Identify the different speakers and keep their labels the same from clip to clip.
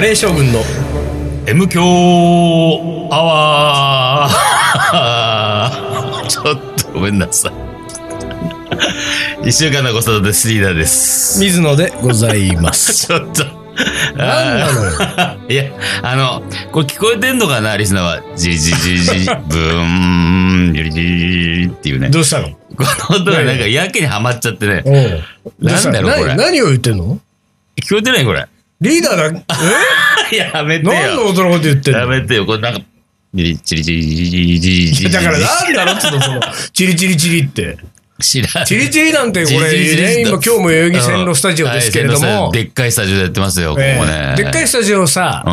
Speaker 1: 名将軍の
Speaker 2: M 強アワーちょっとごめんなさい。一週間のご沙汰です、リーダーです。
Speaker 1: 水野でございます。
Speaker 2: ちょっと。
Speaker 1: 何なのよ。
Speaker 2: あーいや、あの、これ聞こえてんのかな、リスナーは。じりじりじりじり、ブーン、じりじりじりじりっていうね。
Speaker 1: どうしたの
Speaker 2: この音がなんかやけにはまっちゃってね。
Speaker 1: お
Speaker 2: なんだろうこれ
Speaker 1: 何を言ってんの
Speaker 2: 聞こえてないこれ。
Speaker 1: リーダーだ、え
Speaker 2: やめてよ。
Speaker 1: 何の音のこと言ってん
Speaker 2: や
Speaker 1: の
Speaker 2: めてよ。これなんか、じりじりじりじりじりじり。
Speaker 1: だからなんだろうっつうの、その、チリチリチリって。
Speaker 2: 知らん。
Speaker 1: チリチリなんて、こ
Speaker 2: じりじりじり
Speaker 1: れ、ね、今、今日も代々木線路スタジオですけれど
Speaker 2: はい線路
Speaker 1: も
Speaker 2: スタジオ、でっかいスタジオでやってますよ、ここ
Speaker 1: え
Speaker 2: ね
Speaker 1: ー。でっかいスタジオさ、
Speaker 2: うん。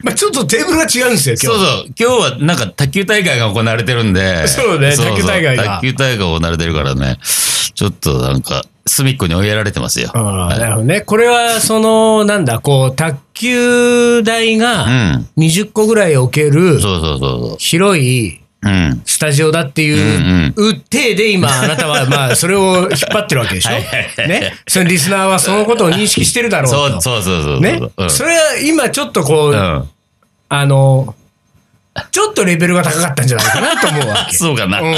Speaker 1: まあちょっとテーブルが違うんですよ、
Speaker 2: そ
Speaker 1: 今
Speaker 2: う
Speaker 1: 日。
Speaker 2: そう。今日はなんか卓球大会が行われてるんで。
Speaker 1: そうね卓球大会が
Speaker 2: 卓球大会が行われてるからね。ちょっとなんか、隅っこに追いやられてますよ。
Speaker 1: あ
Speaker 2: は
Speaker 1: あ、
Speaker 2: い
Speaker 1: なるほどね。これは、その、なんだ、こう、卓球台が
Speaker 2: うん。
Speaker 1: 20個ぐらい置ける
Speaker 2: そうそうそうそ
Speaker 1: 広い、
Speaker 2: う。うん。
Speaker 1: スタジオだっていう、う体で今、 あなたは、まあ、それを引っ張ってるわけでしょ
Speaker 2: はいはいはい
Speaker 1: ね。そのリスナーはそのことを認識してるだろ
Speaker 2: そうう
Speaker 1: と。
Speaker 2: そうそうそう。
Speaker 1: ね
Speaker 2: う。ん
Speaker 1: それは今、ちょっとこ
Speaker 2: う
Speaker 1: う、
Speaker 2: ん。
Speaker 1: あの、ちょっとレベルが高かったんじゃないかなと思うわけ。
Speaker 2: そうかな。
Speaker 1: うんうん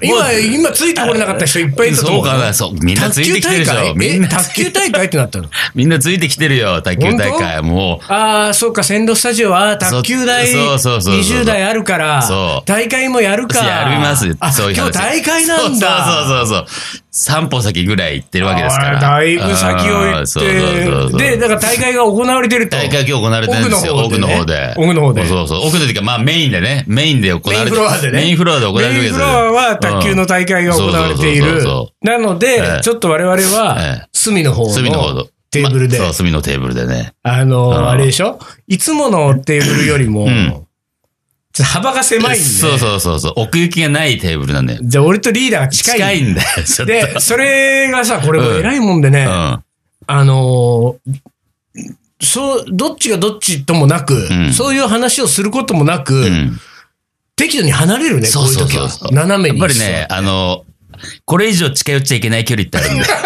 Speaker 1: 今、今、ついてこれなかった人いっぱいいたと思。
Speaker 2: そううかな。そう。みんなつ
Speaker 1: 卓球
Speaker 2: いてきて
Speaker 1: 大
Speaker 2: るでしょ。
Speaker 1: 会
Speaker 2: みん
Speaker 1: え
Speaker 2: な、
Speaker 1: 卓球大会ってなったの
Speaker 2: みんなついてきてるよ、卓球大会。も
Speaker 1: ああ、そうか、線路スタジオは卓球台
Speaker 2: そうそうそうそうそう
Speaker 1: 20台あるから
Speaker 2: そ、う
Speaker 1: 大会もやる
Speaker 2: う、
Speaker 1: か。
Speaker 2: やりますよ
Speaker 1: あ、
Speaker 2: そういう話
Speaker 1: 今日大会なんだ。
Speaker 2: そうそうそうそう。三歩先ぐらい行ってるわけですから。
Speaker 1: あれだいぶ先を
Speaker 2: う
Speaker 1: 行
Speaker 2: んそうそうそう
Speaker 1: って、で、だから大会が行われてると。
Speaker 2: 大会今日行われてるんですよ、
Speaker 1: 奥
Speaker 2: 奥
Speaker 1: の
Speaker 2: の
Speaker 1: 方
Speaker 2: 方
Speaker 1: でね
Speaker 2: で。
Speaker 1: 奥の方で
Speaker 2: そうそう。奥のっていうか、まあメインでね、メインで行わ
Speaker 1: メイン
Speaker 2: れて
Speaker 1: フロアでね。
Speaker 2: メインフロアで行われてる
Speaker 1: メ
Speaker 2: わけ
Speaker 1: イ
Speaker 2: で
Speaker 1: ン
Speaker 2: す
Speaker 1: フ
Speaker 2: よ
Speaker 1: ロアは卓球の大会が行われてい
Speaker 2: うんそうそう
Speaker 1: る
Speaker 2: そうそ。
Speaker 1: なので
Speaker 2: え、え
Speaker 1: ちょっと我々は
Speaker 2: ええ、
Speaker 1: 隅の方
Speaker 2: う隅の方
Speaker 1: の
Speaker 2: の。
Speaker 1: テーブルで
Speaker 2: ま、そう、隅のテーブルでね。
Speaker 1: あ
Speaker 2: うん
Speaker 1: の、あれでしょいつものテーブルよりも、
Speaker 2: ん
Speaker 1: ちょっと幅が狭いんで。
Speaker 2: そうそうそうそう。奥行きがないテーブルなんだよ。
Speaker 1: じゃあ俺とリーダーが近い。
Speaker 2: 近いんだよ、 ちょっと。
Speaker 1: で、それがさ、これも偉いもんでね、
Speaker 2: うん。
Speaker 1: あのーそう、どっちがどっちともなく、
Speaker 2: うん
Speaker 1: そういう話をすることもなく、
Speaker 2: うん。
Speaker 1: 適度に離れるね、こ
Speaker 2: そうう
Speaker 1: いう
Speaker 2: そう
Speaker 1: 時
Speaker 2: そ
Speaker 1: は
Speaker 2: うそう。。
Speaker 1: 斜めに。
Speaker 2: やっぱりね、あの、これ以上近寄っちゃいけない距離ってあるんだよ。
Speaker 1: そう、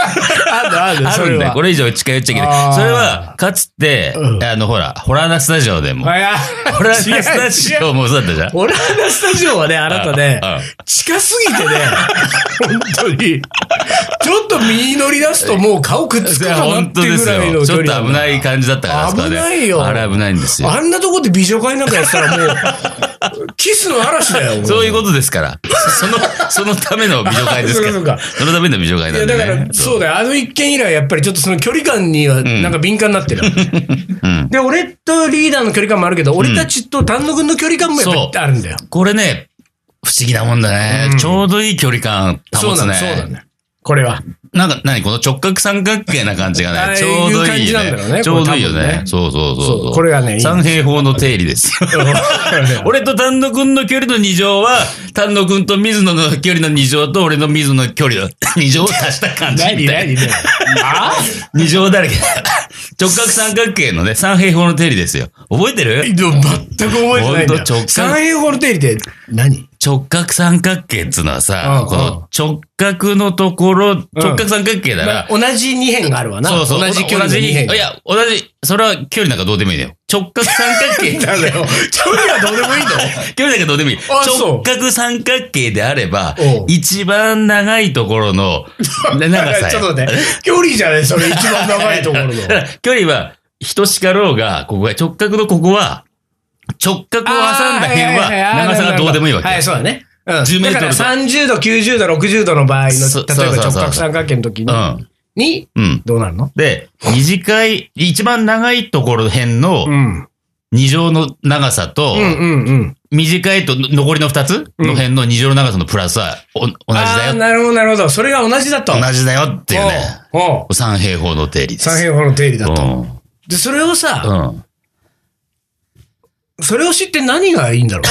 Speaker 1: あるある、
Speaker 2: あ
Speaker 1: そ
Speaker 2: る
Speaker 1: れ
Speaker 2: んだよ。
Speaker 1: は。
Speaker 2: これ以上近寄っちゃいけ
Speaker 1: あ
Speaker 2: な
Speaker 1: ー
Speaker 2: い。それは、かつて、
Speaker 1: うん
Speaker 2: あの、ほら、ホラーナスタジオでも。
Speaker 1: あいや、
Speaker 2: ホラーナスタジ
Speaker 1: 違う違う
Speaker 2: オもそうだったじゃん。
Speaker 1: オランダスタジオはね、あなたね
Speaker 2: うん、
Speaker 1: 近すぎてね、本当に、ちょっと右乗り出すともう顔くっつくかなって
Speaker 2: 本当で
Speaker 1: いうぐ
Speaker 2: す
Speaker 1: らいの
Speaker 2: よ。ち
Speaker 1: 距
Speaker 2: ょっ
Speaker 1: 離
Speaker 2: と
Speaker 1: ん
Speaker 2: 危
Speaker 1: だ
Speaker 2: ない感じだったから、あそこはね
Speaker 1: 危ないよ
Speaker 2: あれ危ないんですよ。
Speaker 1: あんなとこで美女会なんかやってたらもう、キスの嵐だよ。も
Speaker 2: そういうことですから。その、そのための美女会ですか
Speaker 1: そうかそう
Speaker 2: ら。
Speaker 1: か
Speaker 2: そのための美女会
Speaker 1: い
Speaker 2: な
Speaker 1: や
Speaker 2: んで
Speaker 1: だ
Speaker 2: ね。
Speaker 1: から、そうだよ。あの一件以来、やっぱりちょっとその距離感には、なんか敏感になってる。
Speaker 2: うん
Speaker 1: で、俺とリーダーの距離感もあるけど、俺たちと丹野くんの距離感もやっぱりあるんだよ。
Speaker 2: これね、不思議なもんだね。
Speaker 1: うん
Speaker 2: ちょうどいい距離感
Speaker 1: そ
Speaker 2: 保
Speaker 1: う
Speaker 2: つ
Speaker 1: なん
Speaker 2: ね。
Speaker 1: だ、そうなんだ。これは。
Speaker 2: なんか、何この直角三角形な感じが
Speaker 1: ああ
Speaker 2: ね、ちょうどいい
Speaker 1: いう感じなんだろ
Speaker 2: よ
Speaker 1: うね
Speaker 2: ね。ちょうどいいよ
Speaker 1: これ多分ね
Speaker 2: ね。そうそうそう
Speaker 1: そ
Speaker 2: そうう。
Speaker 1: これがねいいんですよ
Speaker 2: 三平方の定理ですよ。 俺と丹野くんの距離の2乗は、丹野くんと水野の距離の2乗と俺の水野の距離の2乗を 足した感じみたい な。
Speaker 1: 何あ
Speaker 2: 二乗だらけ。直角三角形のね、三平方の定理ですよ。覚えてる
Speaker 1: でも全く覚えてないんだ
Speaker 2: ほんと
Speaker 1: よ。
Speaker 2: 直感
Speaker 1: 三平方の定理って何
Speaker 2: 直角三角形っつうのは
Speaker 1: うんう
Speaker 2: さ
Speaker 1: ん、
Speaker 2: この直角のところ、直角三角形なら、
Speaker 1: 同じ二辺があるわな。
Speaker 2: そうそう。
Speaker 1: 同じ距離の
Speaker 2: 同
Speaker 1: 二
Speaker 2: じ
Speaker 1: 辺
Speaker 2: いや、同じ、それは距離なんかどうでもいいのよ。直角三角形。
Speaker 1: だよ。距離はどうでもいいんだよ。
Speaker 2: 距離なんかどうでもいい。
Speaker 1: あそう
Speaker 2: 直角三角形であれば
Speaker 1: おう、
Speaker 2: 一番長いとこ ろの長さ
Speaker 1: ちょっ
Speaker 2: よ。
Speaker 1: とね、距離じゃない、それ一番長いとこ ろの。
Speaker 2: だから距離は、等しかろうが、ここが直角のここは、直角を挟んだ辺は、長さがどうでもいいわけ。
Speaker 1: はい、そうだね。うん、
Speaker 2: 10メ
Speaker 1: だ
Speaker 2: ー
Speaker 1: か
Speaker 2: トル
Speaker 1: ら
Speaker 2: と
Speaker 1: 30度、90度、60度の場合の、例
Speaker 2: そ
Speaker 1: えば
Speaker 2: そうそうそう
Speaker 1: 直角三角形の時
Speaker 2: う
Speaker 1: に、
Speaker 2: ん。
Speaker 1: に
Speaker 2: うん。
Speaker 1: どうなるの
Speaker 2: で、短い、一番長いところ辺の
Speaker 1: ん。
Speaker 2: 二乗の長さと
Speaker 1: う、んうんうん。
Speaker 2: 短いとの残りの二つの辺の二乗の長さのプラスはお同じだ
Speaker 1: ああー、
Speaker 2: よ。
Speaker 1: なるほど、なるほど。それが同じだと。
Speaker 2: 同じだよっていうね。
Speaker 1: おう。おう
Speaker 2: 三平方の定理です。
Speaker 1: 三平方の定理だと。
Speaker 2: うん
Speaker 1: で、それをさ、
Speaker 2: うん。
Speaker 1: それを知って何がいいんだろ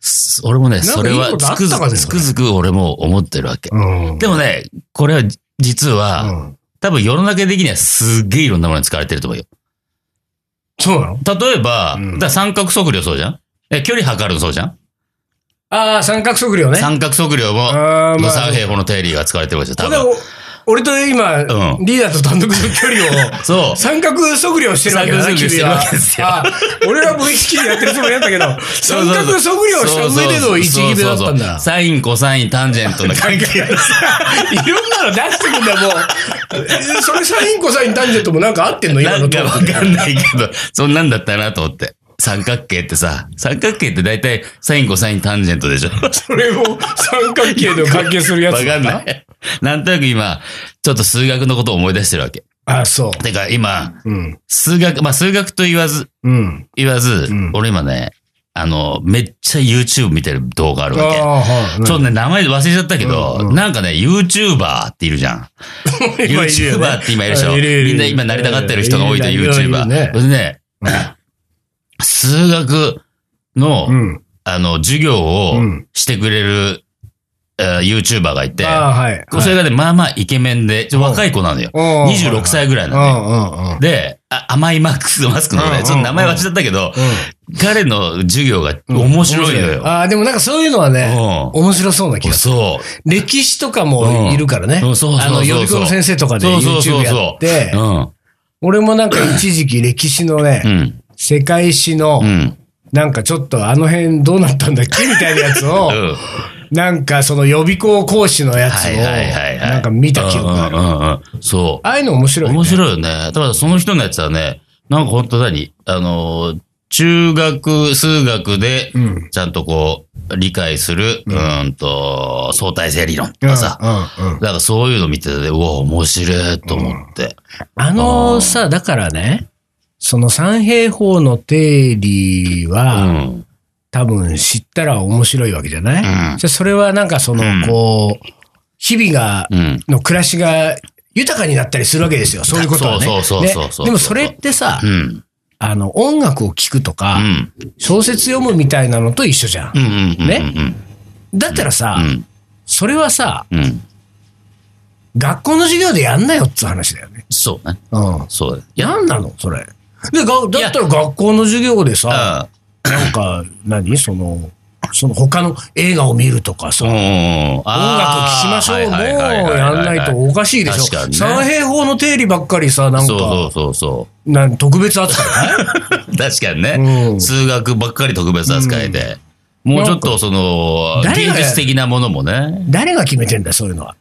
Speaker 2: す俺もね、
Speaker 1: か
Speaker 2: それ
Speaker 1: いい
Speaker 2: は
Speaker 1: ことあ
Speaker 2: つ
Speaker 1: った
Speaker 2: く
Speaker 1: かね
Speaker 2: づく、つくづく俺も思ってるわけ。
Speaker 1: う。うん。
Speaker 2: でもね、これはじ実は、
Speaker 1: うん
Speaker 2: 多分世の中的にはすっげえいろんなものに使われてると思うよ。
Speaker 1: そうなの
Speaker 2: 例えば、
Speaker 1: うん
Speaker 2: だから三角測量そうじゃんえ距離測るのそうじゃん
Speaker 1: ああ、三角測量ね。
Speaker 2: 三角測量も、
Speaker 1: あーまあ
Speaker 2: 三平方の定理が使われてるわけじゃん、多
Speaker 1: で
Speaker 2: 分。
Speaker 1: お俺と今、
Speaker 2: うん
Speaker 1: リーダーと単独の距 離を、
Speaker 2: そう
Speaker 1: 三角測量してるわけだな、
Speaker 2: 三角測量して
Speaker 1: 君
Speaker 2: る
Speaker 1: は
Speaker 2: わけですよ
Speaker 1: あ俺ら無意識でやってるつもりだ ったけど、
Speaker 2: そう
Speaker 1: 三
Speaker 2: そう
Speaker 1: 角測量した上での一撃目だったん
Speaker 2: そうそうそう
Speaker 1: だ。
Speaker 2: サイン、コサイン、タンジェント の関係。
Speaker 1: いろんなの出してくんだ、もう。 それサインコサインタンジェントもなんか合ってんの今
Speaker 2: な
Speaker 1: の
Speaker 2: ん
Speaker 1: と
Speaker 2: かわかんないけど、そんなんだったなと思って。三角形ってさ、三角形って大体サイン、コサイン、タンジェントでしょ。
Speaker 1: それを三角形の関係するやつ。
Speaker 2: わかんな。い。 なんとなく今、ちょっと数学のことを思い出してるわけ。
Speaker 1: あ、そう。
Speaker 2: てか今、
Speaker 1: うん。
Speaker 2: 数学、まあ数学と言わず、
Speaker 1: うん。
Speaker 2: 言わず、
Speaker 1: ん
Speaker 2: 俺今ね、あの、めっちゃ YouTube 見てる動画ある
Speaker 1: あ
Speaker 2: わけ。
Speaker 1: あ、はい。
Speaker 2: ちょっとね、名前忘れちゃったけど、なんかね、YouTuber っているじゃん。
Speaker 1: 今いるよね
Speaker 2: YouTuber って今いるでしょ。
Speaker 1: いるいるいる
Speaker 2: みんな今なりたがってる人が多いと
Speaker 1: いるいるいる
Speaker 2: YouTuber。
Speaker 1: いるね
Speaker 2: それでね、数学の、
Speaker 1: うん。
Speaker 2: あの、授業を
Speaker 1: うん
Speaker 2: してくれる、えー YouTuber がいて、
Speaker 1: ああ、はい。
Speaker 2: それがね、まあまあイケメンで、ちょ若い子なのよ。
Speaker 1: うん
Speaker 2: 26歳ぐらいなのね。
Speaker 1: うんうんうん。
Speaker 2: で、あ甘いマックス、マスクの
Speaker 1: う
Speaker 2: ね
Speaker 1: ん、
Speaker 2: ちょっと名前忘れちゃったけど、彼の授業が
Speaker 1: うん
Speaker 2: 面白いのよ。
Speaker 1: ああ、でもなんかそういうのはね、
Speaker 2: う
Speaker 1: 面白そうなん気がす
Speaker 2: そう。
Speaker 1: る。歴史とかもいるからね。
Speaker 2: うんそうそうそうそう
Speaker 1: あの、予備校の先生とかで
Speaker 2: そうそうそ
Speaker 1: YouTube
Speaker 2: うそう
Speaker 1: やって
Speaker 2: う、ん。
Speaker 1: 俺もなんか一時期歴史のね
Speaker 2: う、ん。
Speaker 1: 世界史の
Speaker 2: う、ん。
Speaker 1: なんかちょっとあの辺どうなったんだっけみたいなやつを
Speaker 2: う、ん
Speaker 1: なんかその予備校講師のやつ
Speaker 2: は
Speaker 1: を、
Speaker 2: いはいはいはい。
Speaker 1: なんか見た記憶がある。
Speaker 2: うんうんうんうん。そ
Speaker 1: ああいうの面白
Speaker 2: う。
Speaker 1: いね。
Speaker 2: 面白いよね。ただその人のやつはね、なんか本当何あのー、中学、数学で
Speaker 1: う、ん。
Speaker 2: ちゃんとこう、理解する、うーんと、相対性理論
Speaker 1: う
Speaker 2: と
Speaker 1: ん
Speaker 2: かさ。
Speaker 1: うんうん
Speaker 2: なんかそういうの見てて、うわ、面白いと思って。
Speaker 1: あのさ、だからね、その三平方の定理
Speaker 2: う
Speaker 1: は、
Speaker 2: ん。
Speaker 1: 多分知ったら面白いわけじゃない、
Speaker 2: うん
Speaker 1: じゃあそれはなんかその、
Speaker 2: うん
Speaker 1: こう、日々が
Speaker 2: う、ん。
Speaker 1: の暮らしが豊かになったりするわけですよ。そういうことはね。
Speaker 2: そうそうそうそう
Speaker 1: ね
Speaker 2: そうそう
Speaker 1: でもそれってさ、
Speaker 2: うん。
Speaker 1: あの、音楽を聴くと
Speaker 2: う
Speaker 1: か、
Speaker 2: ん。
Speaker 1: 小説読むみたいなのと一緒じゃん
Speaker 2: う。ん。うん。うん。
Speaker 1: ねだったらさ、
Speaker 2: うん。
Speaker 1: それはさ、
Speaker 2: うん。うん。
Speaker 1: 学校の授業でやんなよっつう話だよね。
Speaker 2: そうね。
Speaker 1: うん。
Speaker 2: そうだね。いや、
Speaker 1: なんなのそれ。で、がだったら学校の授業でさ、
Speaker 2: あ
Speaker 1: なんか、何その、その他の映画を見るとかさ、
Speaker 2: うん。音
Speaker 1: 音楽聴
Speaker 2: 楽
Speaker 1: きましょう。もうやんないとおかしいでしょ。
Speaker 2: 確かにね
Speaker 1: 三平方の定理ばっかりさ、なん
Speaker 2: そうそ
Speaker 1: か
Speaker 2: う、そうそ
Speaker 1: なん特別扱いね。
Speaker 2: う。 確かに
Speaker 1: う
Speaker 2: ね
Speaker 1: ん。
Speaker 2: 数学ばっかり特別扱いで。もうちょっとそ
Speaker 1: なん
Speaker 2: の、
Speaker 1: か誰
Speaker 2: 芸
Speaker 1: が
Speaker 2: 術的なものもね、
Speaker 1: 誰が決めてんだよ、そういうのは。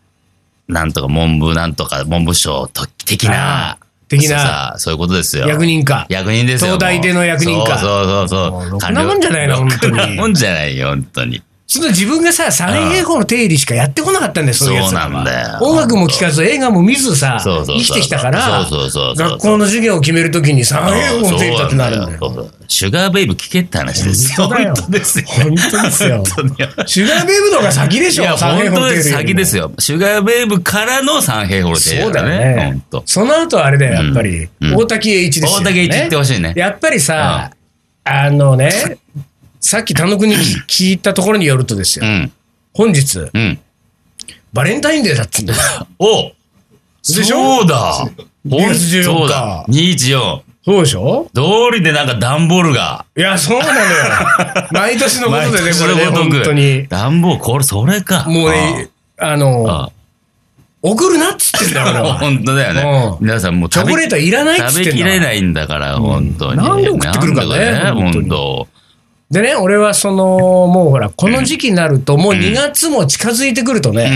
Speaker 2: なんとか文部なんとか文部省と的な
Speaker 1: あ、的な
Speaker 2: さそういうことですよ。
Speaker 1: 役人か。
Speaker 2: 役人ですよ。
Speaker 1: 東大での役人か
Speaker 2: そうそうそう
Speaker 1: もう
Speaker 2: そう。
Speaker 1: ろくなもんじゃないな
Speaker 2: 官僚
Speaker 1: 本当に
Speaker 2: ろくなもんじゃないよ、本当に。
Speaker 1: その自分がさ、三平方の定理しかやってこなかったんだよ、そういうやつらは
Speaker 2: そうなんだよ
Speaker 1: 音楽も聴かず、映画も見ずさ、
Speaker 2: そうそ
Speaker 1: 生
Speaker 2: うそう
Speaker 1: きてきたから、
Speaker 2: そうそうそうそう
Speaker 1: 学校の授業を決めるときに三平方の定理だってなるんだよ。
Speaker 2: そうそうシュガーベイブ聞けって話ですよ。
Speaker 1: 本当だよ
Speaker 2: 本当ですよ。
Speaker 1: 本当ですよ。
Speaker 2: 本当に
Speaker 1: シュガーベイブの方が先でし
Speaker 2: いや、
Speaker 1: ょ、三
Speaker 2: 本
Speaker 1: 平方
Speaker 2: 当
Speaker 1: の定
Speaker 2: で
Speaker 1: 理。
Speaker 2: す。先です
Speaker 1: よ。
Speaker 2: よ。シュガーベイブからの三平方程
Speaker 1: そうだ
Speaker 2: だ
Speaker 1: よ
Speaker 2: ね。
Speaker 1: ね
Speaker 2: 本当。。
Speaker 1: その後あれだよ、やっぱり。
Speaker 2: うん
Speaker 1: 大滝栄一ですよ
Speaker 2: 大
Speaker 1: ね。
Speaker 2: 竹一行ってほしいね。
Speaker 1: やっぱりさ、あのね、さっき田野君に聞聞いたところによるとですよ、
Speaker 2: うん。
Speaker 1: 本日、
Speaker 2: うん。
Speaker 1: バレンタインデーだっつうんだよ。
Speaker 2: お
Speaker 1: しょ
Speaker 2: そうだ
Speaker 1: 2月14日
Speaker 2: そうだ !214。
Speaker 1: そうでしょ
Speaker 2: 通りでなんか段ボールが。
Speaker 1: いや、そうなの よ。毎年のことでね、
Speaker 2: 毎年
Speaker 1: これね、
Speaker 2: のごとく
Speaker 1: 本当に。
Speaker 2: 段ボール、これ、それか。
Speaker 1: もうね、あ
Speaker 2: あ
Speaker 1: の、
Speaker 2: あ。
Speaker 1: 送るなっつってんだよ、俺
Speaker 2: あ
Speaker 1: は。
Speaker 2: 本当だよね
Speaker 1: う。ん
Speaker 2: 皆さんもう
Speaker 1: チ
Speaker 2: 食
Speaker 1: ョ
Speaker 2: べ
Speaker 1: コレートいらないっつ
Speaker 2: 食
Speaker 1: っ
Speaker 2: べ
Speaker 1: てん
Speaker 2: きれ
Speaker 1: だ。
Speaker 2: ないんだから、本当に。
Speaker 1: なんで送ってくるかね
Speaker 2: なんでかね
Speaker 1: 本当に
Speaker 2: 本当。
Speaker 1: でね、俺はその、もうほら、この時期になると、もう2月も近づいてくると
Speaker 2: うん
Speaker 1: ね、
Speaker 2: う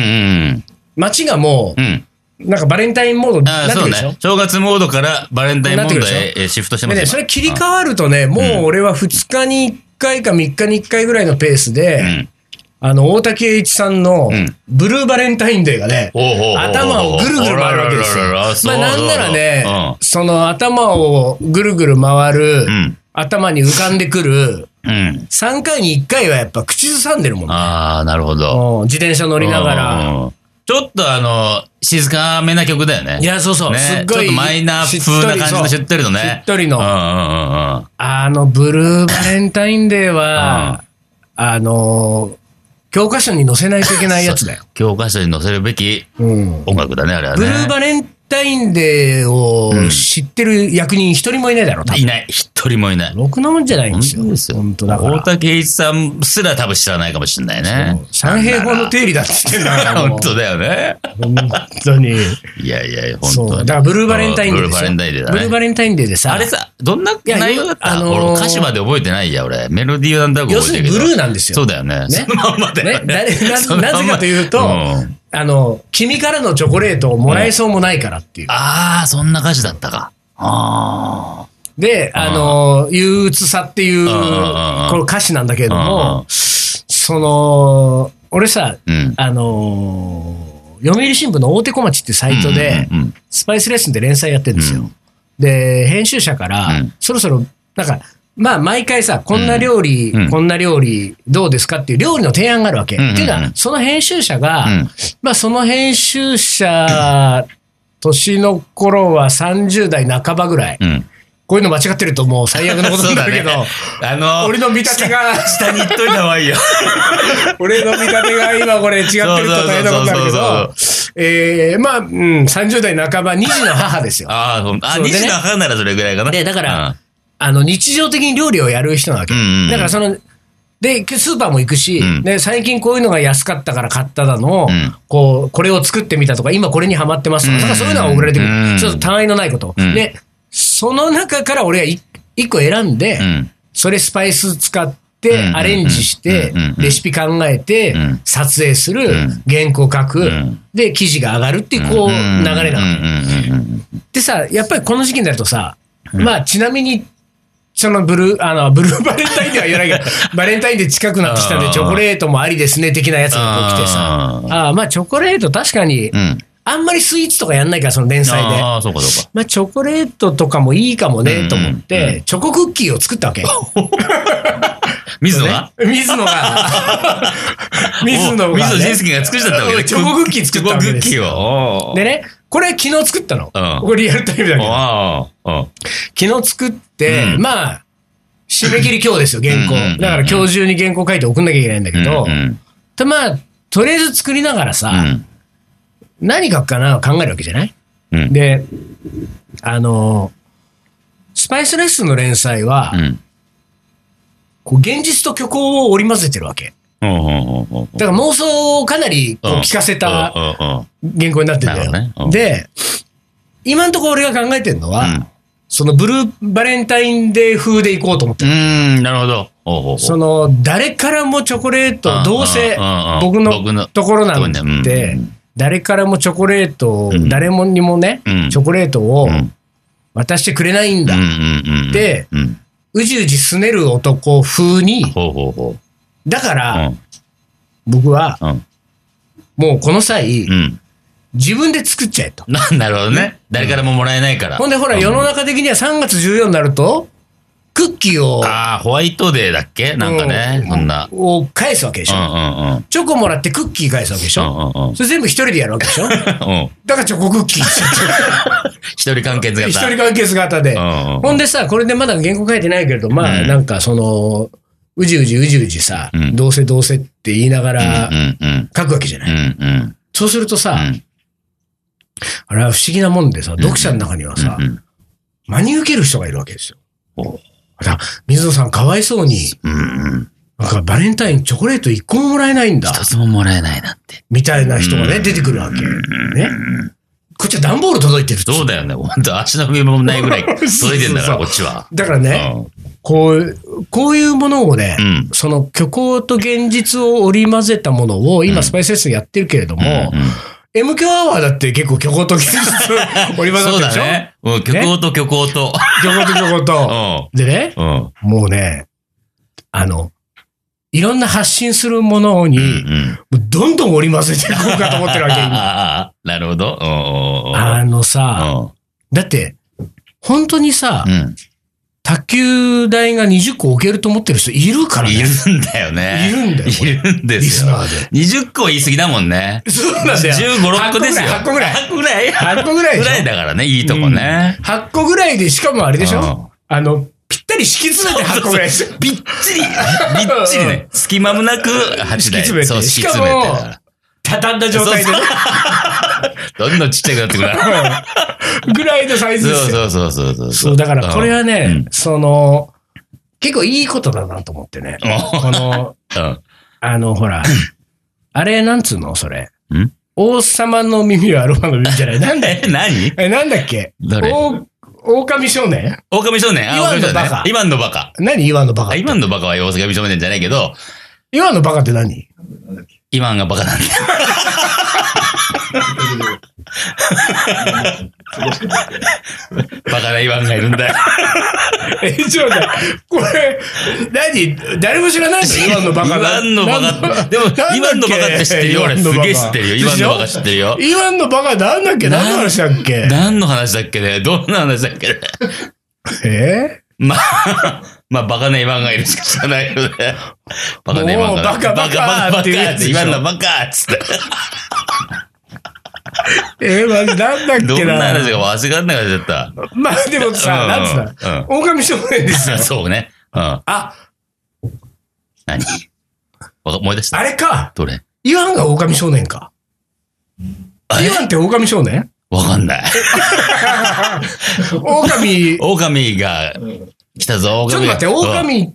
Speaker 2: ん
Speaker 1: 街がも
Speaker 2: うん。うん。
Speaker 1: う、なんかバレンタインモードに
Speaker 2: あ
Speaker 1: な
Speaker 2: あ、
Speaker 1: ってく
Speaker 2: そう
Speaker 1: るでしょ
Speaker 2: ね。正月モードからバレンタインモー
Speaker 1: な
Speaker 2: ド
Speaker 1: ってくる
Speaker 2: へえシフトしてま
Speaker 1: ですね、それ
Speaker 2: よ
Speaker 1: 切り替わるとね、もう俺は2日に1回か3日に1回ぐらいのペースで、
Speaker 2: うん。
Speaker 1: あの、大竹栄一さんの
Speaker 2: うん
Speaker 1: ブルーバレンタインデーがね、
Speaker 2: ほうほうほうほう
Speaker 1: 頭をぐるぐる回るわけですよ。
Speaker 2: あらららら
Speaker 1: ま
Speaker 2: そう
Speaker 1: あなんならね、その頭をぐるぐる回る、
Speaker 2: うん
Speaker 1: 頭に浮かんでくる、
Speaker 2: うん。
Speaker 1: 3回に1回はやっぱ口ずさんでるもんね。
Speaker 2: ああ、なるほど。
Speaker 1: うん自転車乗りながら。
Speaker 2: うん。ちょっとあの、静かめな曲だよね。
Speaker 1: いや、そうそう、
Speaker 2: ね
Speaker 1: すっ
Speaker 2: ち
Speaker 1: ご
Speaker 2: ょっ
Speaker 1: い。
Speaker 2: とマイナー風な感じのし
Speaker 1: し
Speaker 2: っ
Speaker 1: っ
Speaker 2: と
Speaker 1: とり
Speaker 2: りの
Speaker 1: そう
Speaker 2: ね。
Speaker 1: しっとりの
Speaker 2: うんうんうんうん。
Speaker 1: あの、ブルーバレンタインデーは、あの、教科書に載せないといけないやつだよ。
Speaker 2: 教科書に載せるべき
Speaker 1: うん
Speaker 2: 音楽だね、あれは
Speaker 1: ブ
Speaker 2: ね。
Speaker 1: ルーバレン対んでを知ってる役人一人もいないだろう、多分
Speaker 2: いない。一人もいない。
Speaker 1: ろくなもんじゃないんですよ。本当だか
Speaker 2: 大
Speaker 1: ら。
Speaker 2: 竹栄一さんすら多分知らないかもしれないね。
Speaker 1: 三平方の定理だっつってんだから、もう
Speaker 2: 本当だよね。
Speaker 1: 本当に。
Speaker 2: いやいやいや、本
Speaker 1: そ
Speaker 2: 当
Speaker 1: う。
Speaker 2: は
Speaker 1: だ
Speaker 2: ね
Speaker 1: からブルーバレンタインデー
Speaker 2: ブルーバレンタインデーだ
Speaker 1: ブルー
Speaker 2: ね。
Speaker 1: バレンタインデーでさ、
Speaker 2: あれさ、どんない
Speaker 1: や
Speaker 2: 内容だった
Speaker 1: あのー
Speaker 2: 俺歌詞まで覚えてないや、俺。メロディーはなんだか
Speaker 1: 要
Speaker 2: 覚
Speaker 1: す
Speaker 2: えて
Speaker 1: る
Speaker 2: る
Speaker 1: に
Speaker 2: けど。
Speaker 1: ブルーなんです
Speaker 2: そ
Speaker 1: よ。
Speaker 2: うだよ
Speaker 1: ね
Speaker 2: ね。そのまんまで。
Speaker 1: ね、誰な
Speaker 2: そのまん
Speaker 1: な
Speaker 2: ま
Speaker 1: ぜかというと、
Speaker 2: ん
Speaker 1: あの、君からのチョコレートをもらえそうもないからっていう。
Speaker 2: ああ、そんな歌詞だったか。あ
Speaker 1: で、あの、憂鬱さっていう、
Speaker 2: うんうんうんうん
Speaker 1: この歌詞なんだけれど
Speaker 2: うんう
Speaker 1: も
Speaker 2: ん、
Speaker 1: その、俺さ、
Speaker 2: あ。うん。
Speaker 1: あのー読売新聞の大手小町ってサイトで、
Speaker 2: うんうんうん
Speaker 1: スパイスレッスンで連載やってるんですよ。
Speaker 2: う
Speaker 1: で、編集者から、
Speaker 2: うん
Speaker 1: そろそろ、なんか、まあ、毎回さ、こんな料理、
Speaker 2: うん
Speaker 1: こんな料理、どうですかっていう料理の提案があるわけ。
Speaker 2: うんうんうん
Speaker 1: っていうのは、その編集者が、
Speaker 2: うん
Speaker 1: まあ、その編集者、年の頃は30代半ばぐらい。
Speaker 2: うん。
Speaker 1: こういうの間違ってるともう最悪のことになるけど、
Speaker 2: そうだねあのー
Speaker 1: 俺の見立てが、
Speaker 2: 下に行っといた方がいいよ。
Speaker 1: 俺の見立てが今これ違ってると大変なことになるけど、えー、まあ、うん、30代半ば、2児の母ですよ。
Speaker 2: ああ、ほんあ、
Speaker 1: そうでね
Speaker 2: 西の母ならそれぐらいかな。
Speaker 1: で、だか
Speaker 2: うん
Speaker 1: ら、あの、日常的に料理をやる人なわけ。
Speaker 2: うんうんうん
Speaker 1: だからその、で、スーパーも行くし、
Speaker 2: うん
Speaker 1: で、最近こういうのが安かったから買っただの、
Speaker 2: うん
Speaker 1: こう、これを作ってみたとか、今これにハマってますとか、
Speaker 2: うんうん
Speaker 1: なんかそういうのが送られてくる。
Speaker 2: うん
Speaker 1: ちょっと単位のないこと。
Speaker 2: うん
Speaker 1: で、その中から俺は一一個選んで、
Speaker 2: うん。
Speaker 1: それスパイス使っ
Speaker 2: うん
Speaker 1: て、
Speaker 2: うんうん
Speaker 1: アレンジして
Speaker 2: うんうんうん、
Speaker 1: レシピ考えて
Speaker 2: うん、
Speaker 1: 撮影する
Speaker 2: ん、
Speaker 1: 原稿書
Speaker 2: う
Speaker 1: く
Speaker 2: ん、
Speaker 1: で、記事が上がるっていう、こう、流れなの。
Speaker 2: うんうんうんうん
Speaker 1: でさ、やっぱりこの時期になるとさ、まあ、ちなみに、そのブルー、あの、ブルーバレンタインでは言わない けど、バレンタインで近くなってきたん
Speaker 2: あ
Speaker 1: で、
Speaker 2: ー
Speaker 1: チョコレートもありですね、的なやつがこう来てさ
Speaker 2: あ、ー
Speaker 1: ああ、まあ、チョコレート確かに
Speaker 2: う、ん。
Speaker 1: あんまりスイーツとかやんないから、その連載で。
Speaker 2: ああ、そうかそうか。
Speaker 1: まあ、チョコレートとかもいいかもね、と思っ
Speaker 2: うんうん
Speaker 1: て、チョコクッキーを作ったわけ。
Speaker 2: 水野が
Speaker 1: 水野が、 水野
Speaker 2: お
Speaker 1: が、
Speaker 2: 水野
Speaker 1: ね
Speaker 2: 仁。介が作っちゃったわけね。
Speaker 1: チョコクッキー作ったわけです
Speaker 2: チョコクッキーを。おー
Speaker 1: でね、これ昨日作ったの。
Speaker 2: うん
Speaker 1: これリアルタイムだけど。
Speaker 2: ああ、うん
Speaker 1: 昨日作って、
Speaker 2: うん
Speaker 1: まあ、締め切り今日ですよ、原稿
Speaker 2: うんうんうんう。ん
Speaker 1: だから今日中に原稿書いて送んなきゃいけないんだけど
Speaker 2: う、ん
Speaker 1: でまあ、とりあえず作りながらさ、
Speaker 2: うん
Speaker 1: 何書くかな考えるわけじゃない
Speaker 2: うん
Speaker 1: で、あの、スパイスレッスンの連載は、
Speaker 2: うん
Speaker 1: こう現実と虚構を織り交ぜてるわけ。
Speaker 2: うんうんうんうん
Speaker 1: だから妄想をかなりこう聞かせた
Speaker 2: うんうんうん
Speaker 1: 原稿になってんだよ。
Speaker 2: なるほどねうん
Speaker 1: で、今んところ俺が考えてるのは、
Speaker 2: うん
Speaker 1: そのブルーバレンタインデー風でいこうと思って
Speaker 2: う
Speaker 1: る。
Speaker 2: ーん、なるほど。おうおうおう
Speaker 1: その、誰からもチョコレート
Speaker 2: う
Speaker 1: を、
Speaker 2: ん
Speaker 1: どうせ
Speaker 2: うんうんうん
Speaker 1: 僕
Speaker 2: 僕
Speaker 1: の
Speaker 2: の
Speaker 1: ところなん
Speaker 2: ところね
Speaker 1: で
Speaker 2: うん、
Speaker 1: 誰からもチョコレートを、
Speaker 2: うん
Speaker 1: 誰もにもね、
Speaker 2: うん
Speaker 1: チョコレートを
Speaker 2: うん
Speaker 1: 渡してくれないんだ。
Speaker 2: うんうんうん
Speaker 1: で
Speaker 2: うん
Speaker 1: うじうじすねる男風に、
Speaker 2: ほうほうほう。
Speaker 1: だか
Speaker 2: う
Speaker 1: ら、
Speaker 2: ん
Speaker 1: 僕は、
Speaker 2: うん
Speaker 1: もうこの際
Speaker 2: う、ん。
Speaker 1: 自分で作っちゃえと。
Speaker 2: ななるほどね。誰からももらえないから。
Speaker 1: ほんでほら、
Speaker 2: うん
Speaker 1: 世の中的には3月14になると、クッキーを、
Speaker 2: ああ、ホワイトデーだっけなんかね
Speaker 1: う。
Speaker 2: そんな。
Speaker 1: を返すわけでし
Speaker 2: うん
Speaker 1: ょ、
Speaker 2: うんうん。
Speaker 1: チョコもらってクッキー返すわけでしょ、
Speaker 2: うんうんうん
Speaker 1: それ全部一人でやるわけでしょだ
Speaker 2: うん。
Speaker 1: からチョコクッ キーって
Speaker 2: 一人完結
Speaker 1: 言
Speaker 2: 型。
Speaker 1: って、一人関係型で。
Speaker 2: うんうん
Speaker 1: ほんでさ、これでまだ原稿書いてないけれど、まあ
Speaker 2: うん
Speaker 1: なんかその、うじうじうじうじさ、
Speaker 2: うん
Speaker 1: どうせどうせって言いながら
Speaker 2: うんうん
Speaker 1: 書くわけじゃない。
Speaker 2: うんうん
Speaker 1: そうするとさ、
Speaker 2: うん
Speaker 1: あれは不思議なもんでさ、読者の中にはさ、
Speaker 2: うん
Speaker 1: 真に受ける人がいるわけですよ。
Speaker 2: お
Speaker 1: だから水野さんかわいそうに、
Speaker 2: うんうん。
Speaker 1: なんかバレンタインチョコレート一個ももらえないんだ。
Speaker 2: 一つももらえないなんて。
Speaker 1: みたいな人がね、出てくるわけ。ね。こっちは段ボール届いてる
Speaker 2: そうだよね。本当足の踏みもないぐ らい届いてんだから、こっちは。
Speaker 1: だからね、こう、こういうものをね、
Speaker 2: うん
Speaker 1: その虚構と現実を織り交ぜたものを、
Speaker 2: う
Speaker 1: 今
Speaker 2: ん
Speaker 1: スパイスレッスンやってるけれども、
Speaker 2: うんうんうん
Speaker 1: M 響アワーだって結構虚構と現 実を織り交
Speaker 2: そう
Speaker 1: ざってるで
Speaker 2: だ
Speaker 1: しょ、
Speaker 2: ね。うん虚構と虚構と。
Speaker 1: 虚構と虚構と。でね、
Speaker 2: うん。うん。
Speaker 1: もうね、あの、いろんな発信するものに、
Speaker 2: うん。
Speaker 1: どんどん織り交ぜていこうかと思ってるわけ。今
Speaker 2: ああ、なるほど。
Speaker 1: あのさ、
Speaker 2: う
Speaker 1: だって、本当にさ、
Speaker 2: ん。うん。
Speaker 1: 卓球台が20個置けると思ってる人いるからね。
Speaker 2: いるんだよね。
Speaker 1: いるんだよこれ
Speaker 2: いるんで
Speaker 1: リス
Speaker 2: すよ
Speaker 1: ナ。ーで。
Speaker 2: 20個言い過ぎだもんね。
Speaker 1: そうなんだよ。
Speaker 2: 15、6個ですよ。
Speaker 1: 8個ぐらい。
Speaker 2: 8個ぐらい
Speaker 1: 8個ぐらいで
Speaker 2: ぐ
Speaker 1: し
Speaker 2: らいだからね、いいとこね。
Speaker 1: ょ。8個ぐらいで、しかもあれでし
Speaker 2: う
Speaker 1: ょ
Speaker 2: ん
Speaker 1: あの、ぴったり敷き詰めて8個ぐらいでしょ。
Speaker 2: びっちり、びっちりね。隙間もなく8台。
Speaker 1: 敷き詰めて
Speaker 2: そう、敷き詰めてだから。
Speaker 1: 畳んだ状態でね。
Speaker 2: どんどんちっちゃくなってくる。
Speaker 1: ぐらいのサイズ
Speaker 2: そ
Speaker 1: ですよ
Speaker 2: う。そうそうそうそう。
Speaker 1: そう、だからこれはね、
Speaker 2: うん
Speaker 1: その、結構いいことだなと思ってね。
Speaker 2: うん
Speaker 1: この、あの、ほら、あれ、なんつうのそれ
Speaker 2: ん。
Speaker 1: 王様の耳はロマの耳じゃない。なんだ
Speaker 2: え、何
Speaker 1: え、なんだっけ
Speaker 2: 誰
Speaker 1: お狼少年
Speaker 2: 狼少年。あ、
Speaker 1: 今
Speaker 2: 狼
Speaker 1: の
Speaker 2: 少
Speaker 1: バ
Speaker 2: 年ね
Speaker 1: カ。
Speaker 2: 今のバカ。
Speaker 1: 何今のバカ
Speaker 2: あ、。今のバカは大阪少年じゃないけど、
Speaker 1: 今のバカって何
Speaker 2: 今がバカなんだ。バカなイワンがいるんだよ。
Speaker 1: え、ちょっと待ってこれ、何誰も知らない の今のバカだ。
Speaker 2: イワンのバ
Speaker 1: なんだ
Speaker 2: カ。でも
Speaker 1: なんだっ、け
Speaker 2: イワンのバカって知ってるよ。俺、
Speaker 1: イワンの
Speaker 2: す
Speaker 1: バカ
Speaker 2: げえ知ってるよ。イワンのバカ知ってるよ。
Speaker 1: 今のバカなんだっけ
Speaker 2: な
Speaker 1: 何の話だっけ
Speaker 2: 何の話だっけねどんな話だっけね
Speaker 1: え
Speaker 2: ま あ、まあ、バカなイワンがいるしか知らないよね。バカなイワンが。
Speaker 1: もうバカバカ
Speaker 2: バカバ
Speaker 1: っていうや
Speaker 2: カ
Speaker 1: つ
Speaker 2: っ
Speaker 1: で
Speaker 2: て、
Speaker 1: しょ
Speaker 2: イワンのバカっつって。
Speaker 1: え、まずなんだっけな
Speaker 2: どんな話か忘れらんなくなっちゃっ
Speaker 1: まあでもさ、
Speaker 2: うん
Speaker 1: なんつうの、狼少年ですよ
Speaker 2: た。。 そうね。うん。
Speaker 1: あ、
Speaker 2: 何わか思い出した
Speaker 1: あれか。
Speaker 2: どれ
Speaker 1: イワンが狼少年か。
Speaker 2: え
Speaker 1: イワンって狼少年
Speaker 2: わかんない。
Speaker 1: 狼、ちょっ
Speaker 2: 狼が来たぞ、
Speaker 1: と待
Speaker 2: 狼が。
Speaker 1: って、
Speaker 2: うん。
Speaker 1: 狼、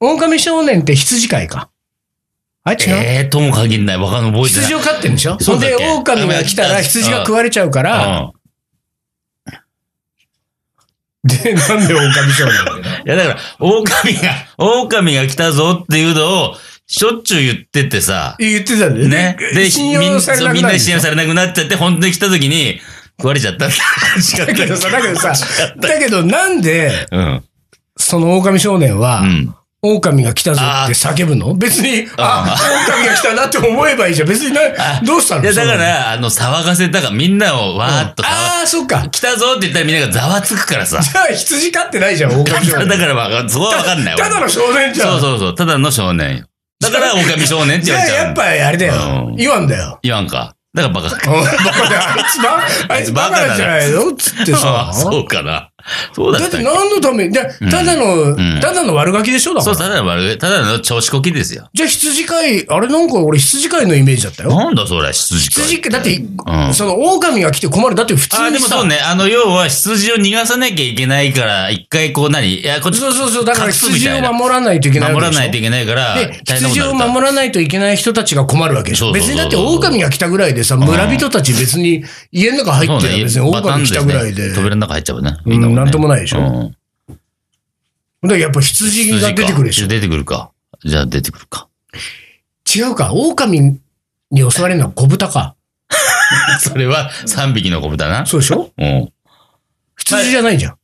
Speaker 2: うん
Speaker 1: 狼少年って羊飼いか。あ、違う。
Speaker 2: ええとも限んない。わかんない。覚えてない。
Speaker 1: 羊を飼ってるんでしょ
Speaker 2: そ
Speaker 1: そう
Speaker 2: だっ
Speaker 1: れ
Speaker 2: け
Speaker 1: で、狼が来たら羊が食われちゃうから、
Speaker 2: うん。
Speaker 1: で、なんで狼少年
Speaker 2: いや、だから、狼が、狼が来たぞっていうのを、しょっちゅう言っててさ、
Speaker 1: 言ってたんだよ
Speaker 2: ね。で、
Speaker 1: 信用されなく
Speaker 2: みん
Speaker 1: な
Speaker 2: な
Speaker 1: るん
Speaker 2: に
Speaker 1: だ
Speaker 2: 信
Speaker 1: よ
Speaker 2: 用されなくなっちゃって、本当に来た時に、食われちゃったって話があっ
Speaker 1: だ
Speaker 2: た
Speaker 1: けどさ、だけどさ、 だけどなんで、
Speaker 2: うん。
Speaker 1: その狼少年は、
Speaker 2: うん。
Speaker 1: 狼が来たぞって叫ぶの別に、あ、狼が来たなって思えばいいじゃん。別にな
Speaker 2: あ、
Speaker 1: どうしたの
Speaker 2: いや、だか
Speaker 1: その
Speaker 2: ら、あの、騒がせたから、みんなをわーっと騒が、
Speaker 1: ああ、そっか。
Speaker 2: 来たぞって言ったらみんながざわつくからさ。
Speaker 1: じゃあ羊飼ってないじゃん、狼
Speaker 2: だ
Speaker 1: 少
Speaker 2: から、だ
Speaker 1: 年。
Speaker 2: からわかんそこはわかんない。
Speaker 1: ただの少年じゃん。
Speaker 2: そうそうそう、ただの少年よ。だから、狼少年って
Speaker 1: じ
Speaker 2: 言
Speaker 1: ゃ
Speaker 2: わ
Speaker 1: あ
Speaker 2: れちゃう。
Speaker 1: やっぱりあれだよ
Speaker 2: う。ん
Speaker 1: 言わんだよ。
Speaker 2: 言わんか。だからバカか。
Speaker 1: バカだあいつバあいつバカなんじゃないのつって
Speaker 2: あ
Speaker 1: さ
Speaker 2: あ。そうかな。そうだ
Speaker 1: だ
Speaker 2: っ
Speaker 1: ったて
Speaker 2: っけ
Speaker 1: 何のために、でただの
Speaker 2: ん、
Speaker 1: ただの悪ガキでしょだか
Speaker 2: そう、
Speaker 1: ら。
Speaker 2: ただの悪い、ただの調子こきですよ。
Speaker 1: じゃあ羊飼い、あれなんか俺羊飼いのイメージだったよ。
Speaker 2: なんだそれ、羊か。
Speaker 1: 羊飼い、だって
Speaker 2: う、ん
Speaker 1: その狼が来て困る。だって普通
Speaker 2: ああ、
Speaker 1: に
Speaker 2: でも
Speaker 1: さ
Speaker 2: そう、ね。あの、要は羊を逃がさなきゃいけないから、一回こう何いや、こっち
Speaker 1: そうそうそう、だから
Speaker 2: 隠すみ
Speaker 1: 羊
Speaker 2: たいな
Speaker 1: を守らないといけないわけ
Speaker 2: 守ら
Speaker 1: でしょ。
Speaker 2: ないといけないから、
Speaker 1: で、
Speaker 2: 大変なこと
Speaker 1: 羊を
Speaker 2: になる
Speaker 1: 守らないといけない人たちが困るわけでし
Speaker 2: そ
Speaker 1: ょ。
Speaker 2: うそうそ
Speaker 1: 別
Speaker 2: う
Speaker 1: にだって狼が来たぐらいでさ、村人たち別に家の中入ってる別
Speaker 2: そ
Speaker 1: に
Speaker 2: うねバタン
Speaker 1: 狼
Speaker 2: で
Speaker 1: 来
Speaker 2: すね
Speaker 1: たぐらいで。だか
Speaker 2: 扉の中入っちゃうね。
Speaker 1: うん
Speaker 2: みんなもね
Speaker 1: なんともないでしょ
Speaker 2: うん
Speaker 1: らやっぱ羊が出てくるでしょ。
Speaker 2: 出てくるか。じゃあ出てくるか。
Speaker 1: 違うか、狼に襲われるのは小豚か。
Speaker 2: それは3匹の子豚な。
Speaker 1: そうでしょ
Speaker 2: うん。
Speaker 1: 羊じゃないじゃん。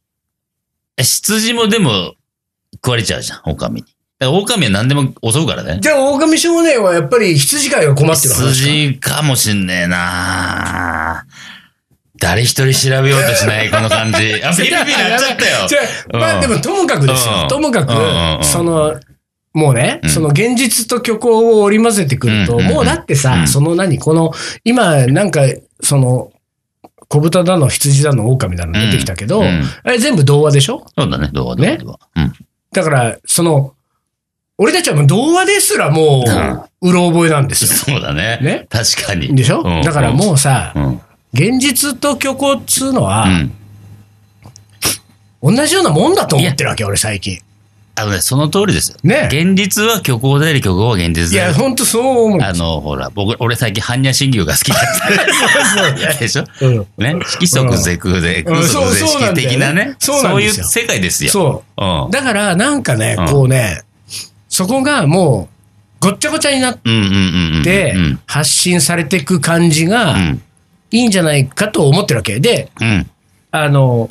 Speaker 2: 羊もでも食われちゃうじゃん、狼に。だから狼は何でも襲うからね。
Speaker 1: じゃあ狼少年はやっぱり羊飼いが困ってる話か。
Speaker 2: 羊かもしんねえな誰一人調べようとし ない、この感じ。あ、ピリピリなっちゃったよ。
Speaker 1: じゃあま
Speaker 2: う
Speaker 1: あ
Speaker 2: ん
Speaker 1: でもともかくです
Speaker 2: う
Speaker 1: よ。
Speaker 2: ん
Speaker 1: とも
Speaker 2: うんうん
Speaker 1: か
Speaker 2: うん
Speaker 1: く、その、もうね、
Speaker 2: うん
Speaker 1: その現実と虚構を織り交ぜてくると、
Speaker 2: うんうんうん
Speaker 1: もうだって
Speaker 2: うん
Speaker 1: さ、その何、この、今、なんか、その、小豚だの、羊だの、狼だの出てきたけど、
Speaker 2: うん
Speaker 1: あれ全部童話でしょ
Speaker 2: そうだね、動画
Speaker 1: ね
Speaker 2: 動画うん。
Speaker 1: だから、その、俺たちはもう童話ですらもう、うろ覚えなんです
Speaker 2: そうだね。
Speaker 1: ね
Speaker 2: 確か
Speaker 1: よ。
Speaker 2: に。
Speaker 1: でしょ
Speaker 2: うん
Speaker 1: だからもうさ
Speaker 2: う、ん。うん。
Speaker 1: 現実と虚構っつうのは、
Speaker 2: あ
Speaker 1: 同じようなもんだと思ってるわけ、俺最近。
Speaker 2: のね、その通りですよ。
Speaker 1: ね
Speaker 2: 現実は虚構であり、虚構は現実
Speaker 1: い
Speaker 2: であ
Speaker 1: や、
Speaker 2: る。
Speaker 1: ほんとそう思う。
Speaker 2: あの、ほら、僕、俺最近、般若心経が好きだった。でしょ
Speaker 1: うん
Speaker 2: ね。色即是空で、
Speaker 1: うん
Speaker 2: 空即是
Speaker 1: そうそうな
Speaker 2: 色
Speaker 1: んだよね
Speaker 2: 的なね。
Speaker 1: そうなん
Speaker 2: そうい
Speaker 1: で
Speaker 2: う
Speaker 1: すよ
Speaker 2: 世界ですよ。
Speaker 1: そう。
Speaker 2: うん。
Speaker 1: だから、なんかね
Speaker 2: うん、
Speaker 1: こうね、そこがもう、ごっちゃごちゃになっ
Speaker 2: うんうんうんうん。
Speaker 1: て
Speaker 2: うん。、
Speaker 1: 発信されていく感じ
Speaker 2: う
Speaker 1: が、
Speaker 2: ん。
Speaker 1: いいんじゃないかと思ってるわけ。で、
Speaker 2: うん。うん
Speaker 1: あの、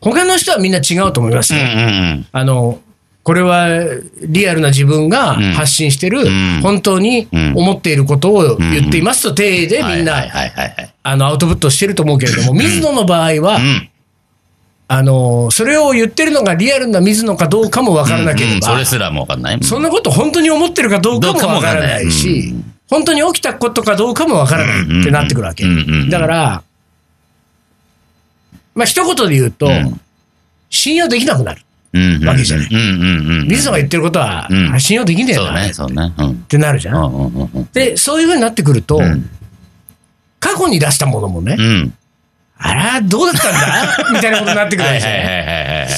Speaker 1: 他の人はみんな違うと思います
Speaker 2: う
Speaker 1: よ。
Speaker 2: ん
Speaker 1: あの、これはリアルな自分が
Speaker 2: うん
Speaker 1: 発信してる
Speaker 2: ん、
Speaker 1: 本当に
Speaker 2: うん
Speaker 1: 思っていることを言っていますと、定義で
Speaker 2: う
Speaker 1: みん
Speaker 2: ん。は、
Speaker 1: ない
Speaker 2: はいはいはい。
Speaker 1: あの、アウトプットしてると思うけれども、水野の場合は
Speaker 2: う、ん。
Speaker 1: あの、それを言ってるのがリアルな水野かどうかもわからなけ
Speaker 2: うんう
Speaker 1: れ
Speaker 2: んそ
Speaker 1: ば
Speaker 2: れ、すらもわかんない。
Speaker 1: そんなこと本当に思ってるかどうかもわからないし、本当に起きたことかどうかもわからないってなってくるわけ
Speaker 2: うんうんうん。
Speaker 1: だから、まあ一言で言うと、
Speaker 2: うん
Speaker 1: 信用できなくなる。
Speaker 2: うんうんうん
Speaker 1: わけじゃない
Speaker 2: うんうんうん。
Speaker 1: 水野が言ってることは
Speaker 2: うん、
Speaker 1: あ信用できねえ
Speaker 2: そう
Speaker 1: な
Speaker 2: ね、
Speaker 1: っ
Speaker 2: そうね。うん。
Speaker 1: てなるじゃ。
Speaker 2: うんんうんうんうん。
Speaker 1: で、そういうふうになってくると
Speaker 2: う、ん
Speaker 1: 過去に出したものもね、
Speaker 2: うん。
Speaker 1: あら、どうだったんだ みたいなことになってくるわ
Speaker 2: は
Speaker 1: け
Speaker 2: い
Speaker 1: じ
Speaker 2: は
Speaker 1: ゃ
Speaker 2: い
Speaker 1: ん
Speaker 2: はいはいはい。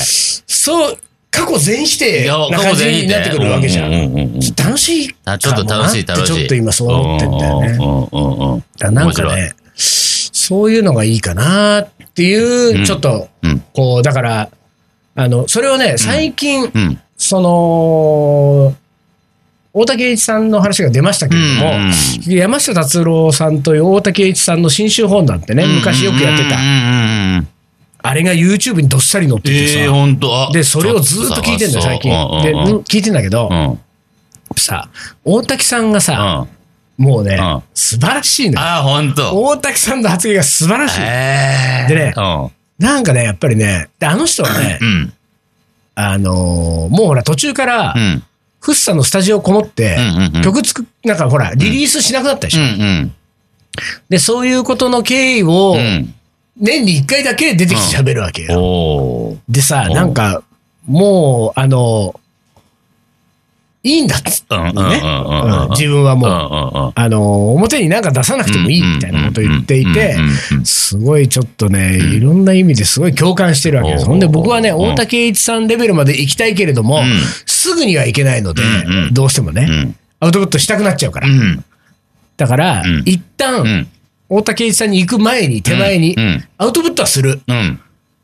Speaker 1: そう、過去全否
Speaker 2: い
Speaker 1: 定
Speaker 2: や
Speaker 1: な感じになってくるわけじゃん。
Speaker 2: うんうんうんうん
Speaker 1: 楽しいかもな
Speaker 2: あちょっと楽しい楽しい。
Speaker 1: ってちょっと今そう思ってんだよね。
Speaker 2: うんうんうんうん。
Speaker 1: だからなんかね、そういうのがいいかなっていう、
Speaker 2: ん
Speaker 1: ちょっと、
Speaker 2: 面白い。うん。
Speaker 1: こう、だから、あの、それをね、最近、
Speaker 2: うん。
Speaker 1: その、大竹栄一さんの話が出ましたけれども、
Speaker 2: うんうん
Speaker 1: 山下達郎さんという大竹栄一さんの新州本なんてね、昔よくやってた、
Speaker 2: うんうんうんうん。
Speaker 1: あれが YouTube にどっさり載っててさ、
Speaker 2: ええ、ほんと。あ
Speaker 1: で、それをずっと聞いてんだよ、最近。で、うん聞いてんだけど、
Speaker 2: うん。うん。
Speaker 1: さ、大滝さんがさ、
Speaker 2: あ
Speaker 1: もうね
Speaker 2: うん、
Speaker 1: 素晴らしいのよ。
Speaker 2: あ、ほんと。
Speaker 1: 大滝さんの発言が素晴らしい。
Speaker 2: ええ。
Speaker 1: でね
Speaker 2: うん。
Speaker 1: なんかね、やっぱりね、であの人はね
Speaker 2: う、ん。
Speaker 1: あのーもうほら途中から
Speaker 2: う、ん。
Speaker 1: フッサのスタジオこもって
Speaker 2: うんうんうん、
Speaker 1: 曲作っ、なんかほら、リリースしなくなったでし
Speaker 2: う
Speaker 1: ょ。
Speaker 2: ん。
Speaker 1: で、そういうことの経緯を
Speaker 2: う、ん。
Speaker 1: 年に一回だけ出てきて喋るわけ
Speaker 2: うん。
Speaker 1: よ。
Speaker 2: おー。
Speaker 1: でさ、
Speaker 2: お
Speaker 1: なんか、もう、あのいいんだっつって
Speaker 2: うんうん
Speaker 1: ね。
Speaker 2: うんうん
Speaker 1: う
Speaker 2: うんん。
Speaker 1: 自分はもう、
Speaker 2: も
Speaker 1: あの、表になんか出さなくてもいいみたいなことを言っていて
Speaker 2: うんうんうんうんうん、
Speaker 1: すごいちょっとね、いろんな意味ですごい共感してるわけです。
Speaker 2: おう
Speaker 1: ほんで僕はね、
Speaker 2: おう
Speaker 1: 大竹栄一さんレベルまで行きたいけれども
Speaker 2: うん、
Speaker 1: すぐにはいけないので
Speaker 2: うんう、ん
Speaker 1: どうしても
Speaker 2: う
Speaker 1: ね、
Speaker 2: ん。
Speaker 1: アウトプットしたくなっちゃうか
Speaker 2: う
Speaker 1: ら。
Speaker 2: ん。
Speaker 1: だから
Speaker 2: うん、
Speaker 1: 一
Speaker 2: う
Speaker 1: 旦、
Speaker 2: ん。
Speaker 1: 大竹栄一さんに行く前に、手前に
Speaker 2: う、ん。
Speaker 1: アウトプットはする。
Speaker 2: うん。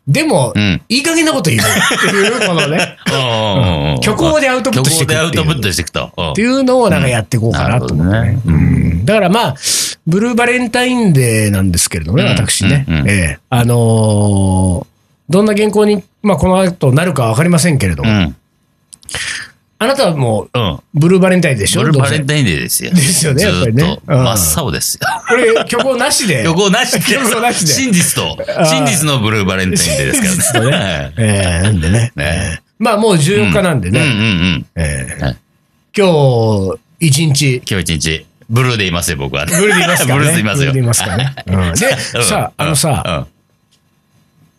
Speaker 1: でも
Speaker 2: うん、
Speaker 1: いい加減なこと言うっていう、このね、
Speaker 2: うん。
Speaker 1: 虚構でアウトプットしていくっていう
Speaker 2: 虚構でアウトプットしていくと。うん
Speaker 1: っていうのをなんかやっていこうかなと思って
Speaker 2: なる
Speaker 1: ね。
Speaker 2: ほど
Speaker 1: うんだからまあ、ブルーバレンタインデーなんですけれどもね、
Speaker 2: うん
Speaker 1: 私ね。
Speaker 2: うんうん
Speaker 1: ええあのーどんな原稿に、まあこの後なるかわかりませんけれど
Speaker 2: う
Speaker 1: も、
Speaker 2: ん。
Speaker 1: あなたはもう
Speaker 2: うん。
Speaker 1: ブルーバレンタインデーでしょ
Speaker 2: 俺
Speaker 1: どう
Speaker 2: バ
Speaker 1: せ
Speaker 2: レンタインデーですよ。
Speaker 1: ですよねやっぱりね
Speaker 2: ずーっと
Speaker 1: うん
Speaker 2: 真っ青ですよ。
Speaker 1: これ、虚構な しで。
Speaker 2: 旅行なしで。
Speaker 1: 旅行なしで
Speaker 2: 真実と
Speaker 1: ー、
Speaker 2: 真実のブルーバレンタインデーですからね。
Speaker 1: ええなんでね。
Speaker 2: ね
Speaker 1: ええまあもう14日なんで
Speaker 2: うんう
Speaker 1: ね、
Speaker 2: んうん。
Speaker 1: ええ
Speaker 2: はい
Speaker 1: 今日一日、
Speaker 2: 今日一日、ブルーでいますよ、僕は。 ブ
Speaker 1: ブルーでいますからね。
Speaker 2: ブルーでいます
Speaker 1: ブ
Speaker 2: よ。
Speaker 1: ルーでいますからね。うんで
Speaker 2: うん、
Speaker 1: さあ、
Speaker 2: うん
Speaker 1: のさ、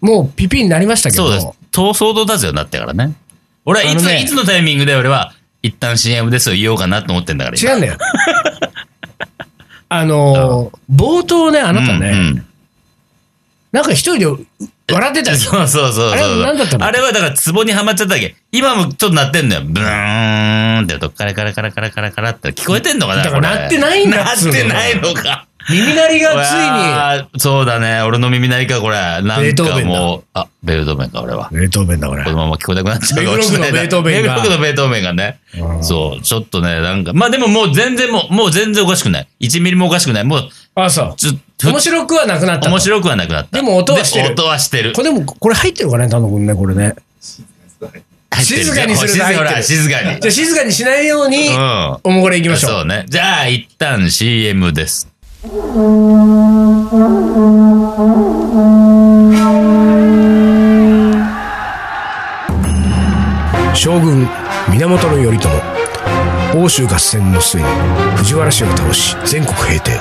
Speaker 2: うん
Speaker 1: もうピピになりましたけど、
Speaker 2: そうです。闘争とだぜよ、なってからね。俺はいつ、
Speaker 1: あのね
Speaker 2: いつのタイミングで俺は、一旦 CM ですよ、言おうかなと思ってんだから、
Speaker 1: 違うんだよ。あのー冒頭ね、あなたね、
Speaker 2: うんうん
Speaker 1: なんか一人でう笑ってたじゃん。
Speaker 2: そうそうそうそう。
Speaker 1: あれは何だったの
Speaker 2: あれはだから、ツボにはまっちゃったわけ。今もちょっと鳴ってんのよ。ブーンって、どっからからからからからからって聞こえてんのかな
Speaker 1: だから
Speaker 2: これ
Speaker 1: 鳴ってないんだっ
Speaker 2: 鳴っ
Speaker 1: つうの
Speaker 2: てないのか。
Speaker 1: 耳鳴りがつい
Speaker 2: ついに。そうだね。俺の耳鳴りか、これ。な
Speaker 1: ベー
Speaker 2: ん
Speaker 1: トーベ
Speaker 2: か
Speaker 1: ンだ
Speaker 2: もう、あ、ベートーベンか、俺は。
Speaker 1: に。ベートーベンだ、これ
Speaker 2: このまま聞こえなくなっちゃうかもしれないな。
Speaker 1: ベートーベンのベートーベンが
Speaker 2: ベートーベンのベートーベンがね。そう、ちょっとね、なんか。まあでももう全然もう、もう全然おかしくない。1ミリもおかしくない。もう、
Speaker 1: あ、そ
Speaker 2: ちょっ
Speaker 1: う。
Speaker 2: と、
Speaker 1: 面白くはなくなったと。
Speaker 2: 面白くはなくなった。
Speaker 1: でも音はしてる
Speaker 2: で音はしてる。
Speaker 1: これでも、これ入ってるかね、田野君ね、これね。静かにする
Speaker 2: 静
Speaker 1: と
Speaker 2: か
Speaker 1: 入
Speaker 2: ほ
Speaker 1: ってる。
Speaker 2: ら、静かに
Speaker 1: じゃ。あ静かにしないように、
Speaker 2: うん。
Speaker 1: おもこれいきましょう。
Speaker 2: そうね。じゃあ、一旦 CM です。
Speaker 1: 将軍源頼朝欧州合戦の末に藤原氏を倒し全国平定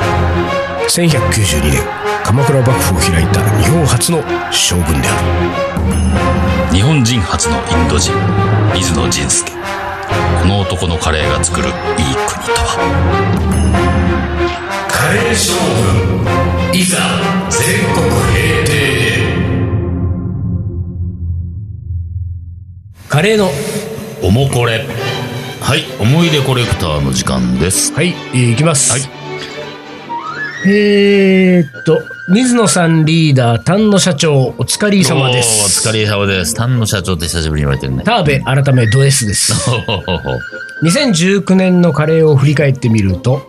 Speaker 1: 1192年鎌倉幕府を開いた日本初の将軍である
Speaker 3: 日本人初のインド人水野仁介この男のカレーが作るいい国とは
Speaker 1: カレー将軍いざ全国平定カレーの
Speaker 2: おもこれ。はい、思い出コレクターの時間です。
Speaker 1: はい、えーいきます。えーっと、水野さんリーダー、丹野社長、お疲れ様です。
Speaker 2: お疲れ様です。丹野社長って久しぶりに言われてるね。
Speaker 1: ターベ改めド S です。
Speaker 2: ほほほほ
Speaker 1: 2019年のカレーを振り返ってみると、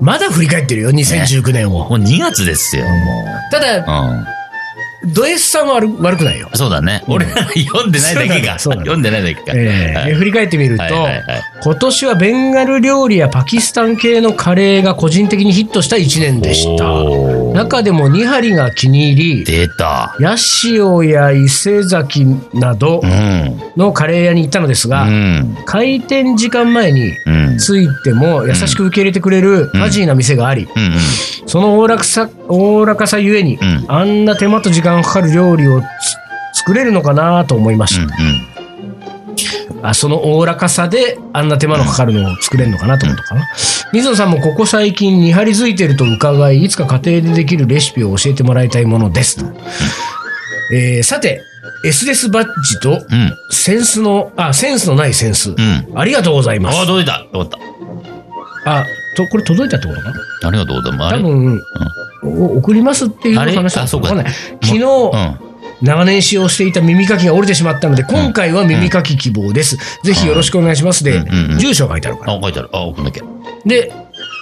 Speaker 1: まだ振り返ってるよ、2019年を。
Speaker 2: もう2月ですよ、も
Speaker 1: ただ、
Speaker 2: う。うん。
Speaker 1: ド S さんは悪悪くないよ。
Speaker 2: そうだね。俺ら読んでないだけか。
Speaker 1: そうなんだ
Speaker 2: 読んでないだけか。
Speaker 1: えー
Speaker 2: はい
Speaker 1: で振り返ってみると、
Speaker 2: はいはいはい
Speaker 1: 今年はベンガル料理やパキスタン系のカレーが個人的にヒットした1年でした。
Speaker 2: おー
Speaker 1: 中でも2針が気に入り、
Speaker 2: 出た。
Speaker 1: 八潮や伊勢崎など
Speaker 2: うん。
Speaker 1: のカレー屋に行ったのです
Speaker 2: う
Speaker 1: が、
Speaker 2: ん。
Speaker 1: 開店時間前に
Speaker 2: うん。
Speaker 1: 着いても優しく受け入れてくれるファジーな店があり、
Speaker 2: うん。
Speaker 1: そのおおらかさ、おおらかさゆえに、
Speaker 2: うん
Speaker 1: あんな手間と時間がかかる料理をつ作れるのかなと思いま
Speaker 2: う
Speaker 1: し
Speaker 2: ん。
Speaker 1: た。あそのおおらかさであんな手間のかかるのを作れるのかなと思ったかな。水野さんもここ最近に張り付いてると伺い、いつか家庭でできるレシピを教えてもらいたいものですと。えーさて、S ですバッジと、
Speaker 2: うん。
Speaker 1: センスの、あ、センスのないセンス。
Speaker 2: ん
Speaker 1: ありがとうございま
Speaker 2: ああ、
Speaker 1: す。
Speaker 2: 届いた。よかった。
Speaker 1: あ、と、これ届いたってことかな
Speaker 2: ありがとうございます。あ
Speaker 1: 多
Speaker 2: れ
Speaker 1: 分、お送りますっていう
Speaker 2: あれ
Speaker 1: 話だ
Speaker 2: あそうか
Speaker 1: わんない昨日、
Speaker 2: う
Speaker 1: 長年使用していた耳かきが折れてしまったので、今回は耳かき希望です。ぜひよろしくお願いします。で、
Speaker 2: うんうんうん
Speaker 1: 住所が書いてあるから。
Speaker 2: ん。あ、書いてある。あ、送んなきゃ。
Speaker 1: で、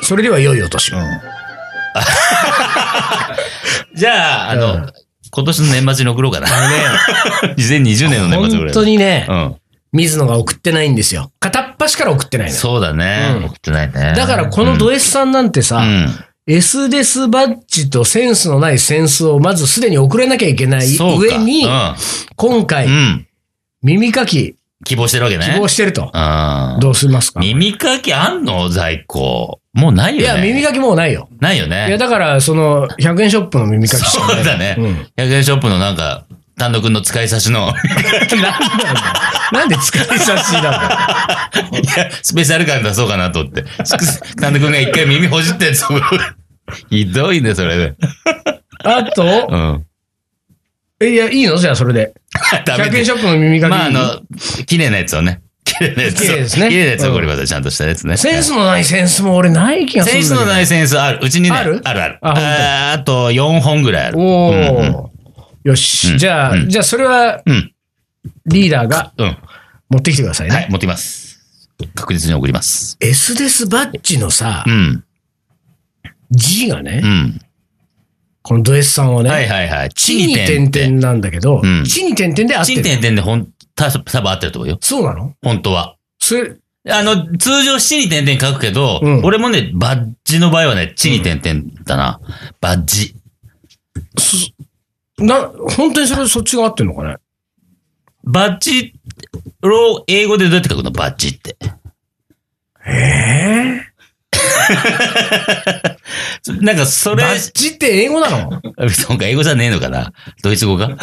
Speaker 1: それでは良いお年を。
Speaker 2: じゃあ、あ
Speaker 1: う
Speaker 2: の
Speaker 1: ん、
Speaker 2: 今年の年末に送ろうかな。2020年の年末ぐ
Speaker 1: 本
Speaker 2: らい。
Speaker 1: 当にね、
Speaker 2: うん。
Speaker 1: 水野が送ってないんですよ。片っ端から送ってないのよ。
Speaker 2: そうだ
Speaker 1: う
Speaker 2: ね
Speaker 1: ん。
Speaker 2: 送ってないね。
Speaker 1: だからこのド S さんなんてさ、
Speaker 2: うん。
Speaker 1: S デスバッジとセンスのないセンスをまずすでに送れなきゃいけない
Speaker 2: そうか。
Speaker 1: 上に、
Speaker 2: う
Speaker 1: 今回、
Speaker 2: ん。うん。
Speaker 1: 耳かき
Speaker 2: 希望してるわけね。
Speaker 1: 希望してると。
Speaker 2: うん。
Speaker 1: どうしますかい
Speaker 2: 耳かきあんの在庫。もうないよね。
Speaker 1: や、耳かきもうないよ。
Speaker 2: ないよ
Speaker 1: いや、
Speaker 2: ね。
Speaker 1: だから、その、100円ショップの耳かきしか
Speaker 2: そ
Speaker 1: な
Speaker 2: う
Speaker 1: い。
Speaker 2: だね。
Speaker 1: うん
Speaker 2: 100円ショップのなんか、丹野くんの使い差しの、
Speaker 1: なんで使い差しなん
Speaker 2: いや、スペシャル感出そうかなと思って。丹野くんが一回耳ほじってんすひどいね、それね。
Speaker 1: だあと、
Speaker 2: うん。
Speaker 1: えいや、いいのじゃあ、それで。
Speaker 2: ダメ
Speaker 1: 100
Speaker 2: で
Speaker 1: 円ショップの耳かき。
Speaker 2: まあ、あの、綺麗なやつをね。綺麗なやつを。
Speaker 1: 綺麗ですね
Speaker 2: 綺麗なやつ
Speaker 1: う
Speaker 2: を
Speaker 1: ん
Speaker 2: これまでちゃんとしたやつね。
Speaker 1: センスのないセンスも俺ない気がす
Speaker 2: セ
Speaker 1: る
Speaker 2: ン
Speaker 1: んだ
Speaker 2: ス
Speaker 1: けど。
Speaker 2: のないセンスある。うちにね。
Speaker 1: ある
Speaker 2: あるある。
Speaker 1: あ本当
Speaker 2: あーあと4本ぐらいある。
Speaker 1: お
Speaker 2: うん
Speaker 1: お、よし、
Speaker 2: うん
Speaker 1: じゃあ、
Speaker 2: うん
Speaker 1: じゃあそれは
Speaker 2: うん。
Speaker 1: リーダーが
Speaker 2: うん。
Speaker 1: 持ってきてくださいね。
Speaker 2: はい、持ってきます。確実に送ります。
Speaker 1: S デスバッジのさ
Speaker 2: う、ん。
Speaker 1: G がね、
Speaker 2: うん。
Speaker 1: このド S さんはね、
Speaker 2: はいはいはい。
Speaker 1: 地に点々なんだけど、
Speaker 2: うん
Speaker 1: 地に点々で合っ
Speaker 2: チ
Speaker 1: て
Speaker 2: ン
Speaker 1: る。
Speaker 2: 点々でほん、た、多分合ってると思うよ。
Speaker 1: そうなの
Speaker 2: 本当は。
Speaker 1: それ、
Speaker 2: あの、通常、地に点々書くけど、
Speaker 1: うん
Speaker 2: 俺もね、バッジの場合はね、地に点々だな。バッジ。
Speaker 1: な、本当にそれそっちが合ってるのかね
Speaker 2: バッジを英語でどうやって書くのバッジって。
Speaker 1: え
Speaker 2: なんか、そ
Speaker 1: え
Speaker 2: れ、
Speaker 1: バッジって英語なの
Speaker 2: そうか、英語じゃねえのかなドイツ語かなん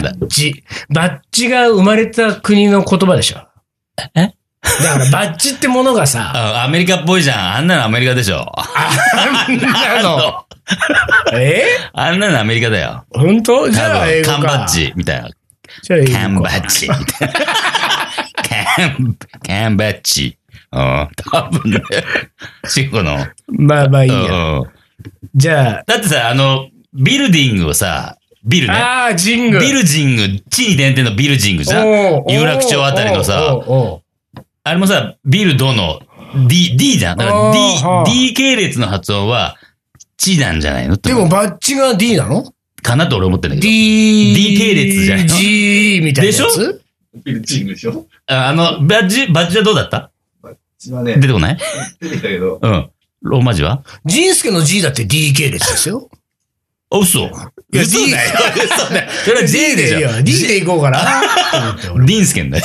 Speaker 1: バッジ。バッジが生まれた国の言葉でしょ。
Speaker 2: え
Speaker 1: だからバッジってものがさ、
Speaker 2: あアメリカっぽいじゃん。あんなのアメリカでしょ。
Speaker 1: あんなの。
Speaker 2: あ
Speaker 1: え
Speaker 2: んなのアメリカだよ。
Speaker 1: 本当じゃあ英語か。
Speaker 2: 缶バッ。ジみたいな。
Speaker 1: じゃあ英語か。
Speaker 2: 缶バッジみたいな。缶、缶バッジ。うん。多分ね。シコの。
Speaker 1: まあまあいいや。
Speaker 2: うんうん
Speaker 1: じゃあ、
Speaker 2: だってさ、あの、ビルディングをさ、ビルね。
Speaker 1: ああ、ジング。
Speaker 2: ビルジング、地に点々のビルジングじゃん。
Speaker 1: おう
Speaker 2: 有楽町あたりのさ
Speaker 1: おうおうおう
Speaker 2: あれもさ、ビルドの D、D じゃん。だから
Speaker 1: あーはあ
Speaker 2: D、D 系列の発音は、地なんじゃないのって
Speaker 1: で
Speaker 2: 思う
Speaker 1: もバッジが D なの
Speaker 2: かなと俺思ってんだけど。
Speaker 1: ?D。
Speaker 2: D 系列じゃないの
Speaker 1: ?G みたいなやつ。
Speaker 2: でし
Speaker 1: ょ
Speaker 4: ビルチングでしょ
Speaker 2: ああの、バッジ、バッジはどうだった
Speaker 4: 一番ね
Speaker 2: 出、てこない
Speaker 4: 出てきたけど、
Speaker 2: うん。ローマ字は
Speaker 1: ジンスケの G だって D 系列ですよ。
Speaker 2: あ、
Speaker 1: い
Speaker 2: 嘘。
Speaker 1: や
Speaker 2: 嘘だよ。嘘だよ。それは J でしょ。
Speaker 1: いや D でいこうか な。と思って俺
Speaker 2: ディンスケンだよ。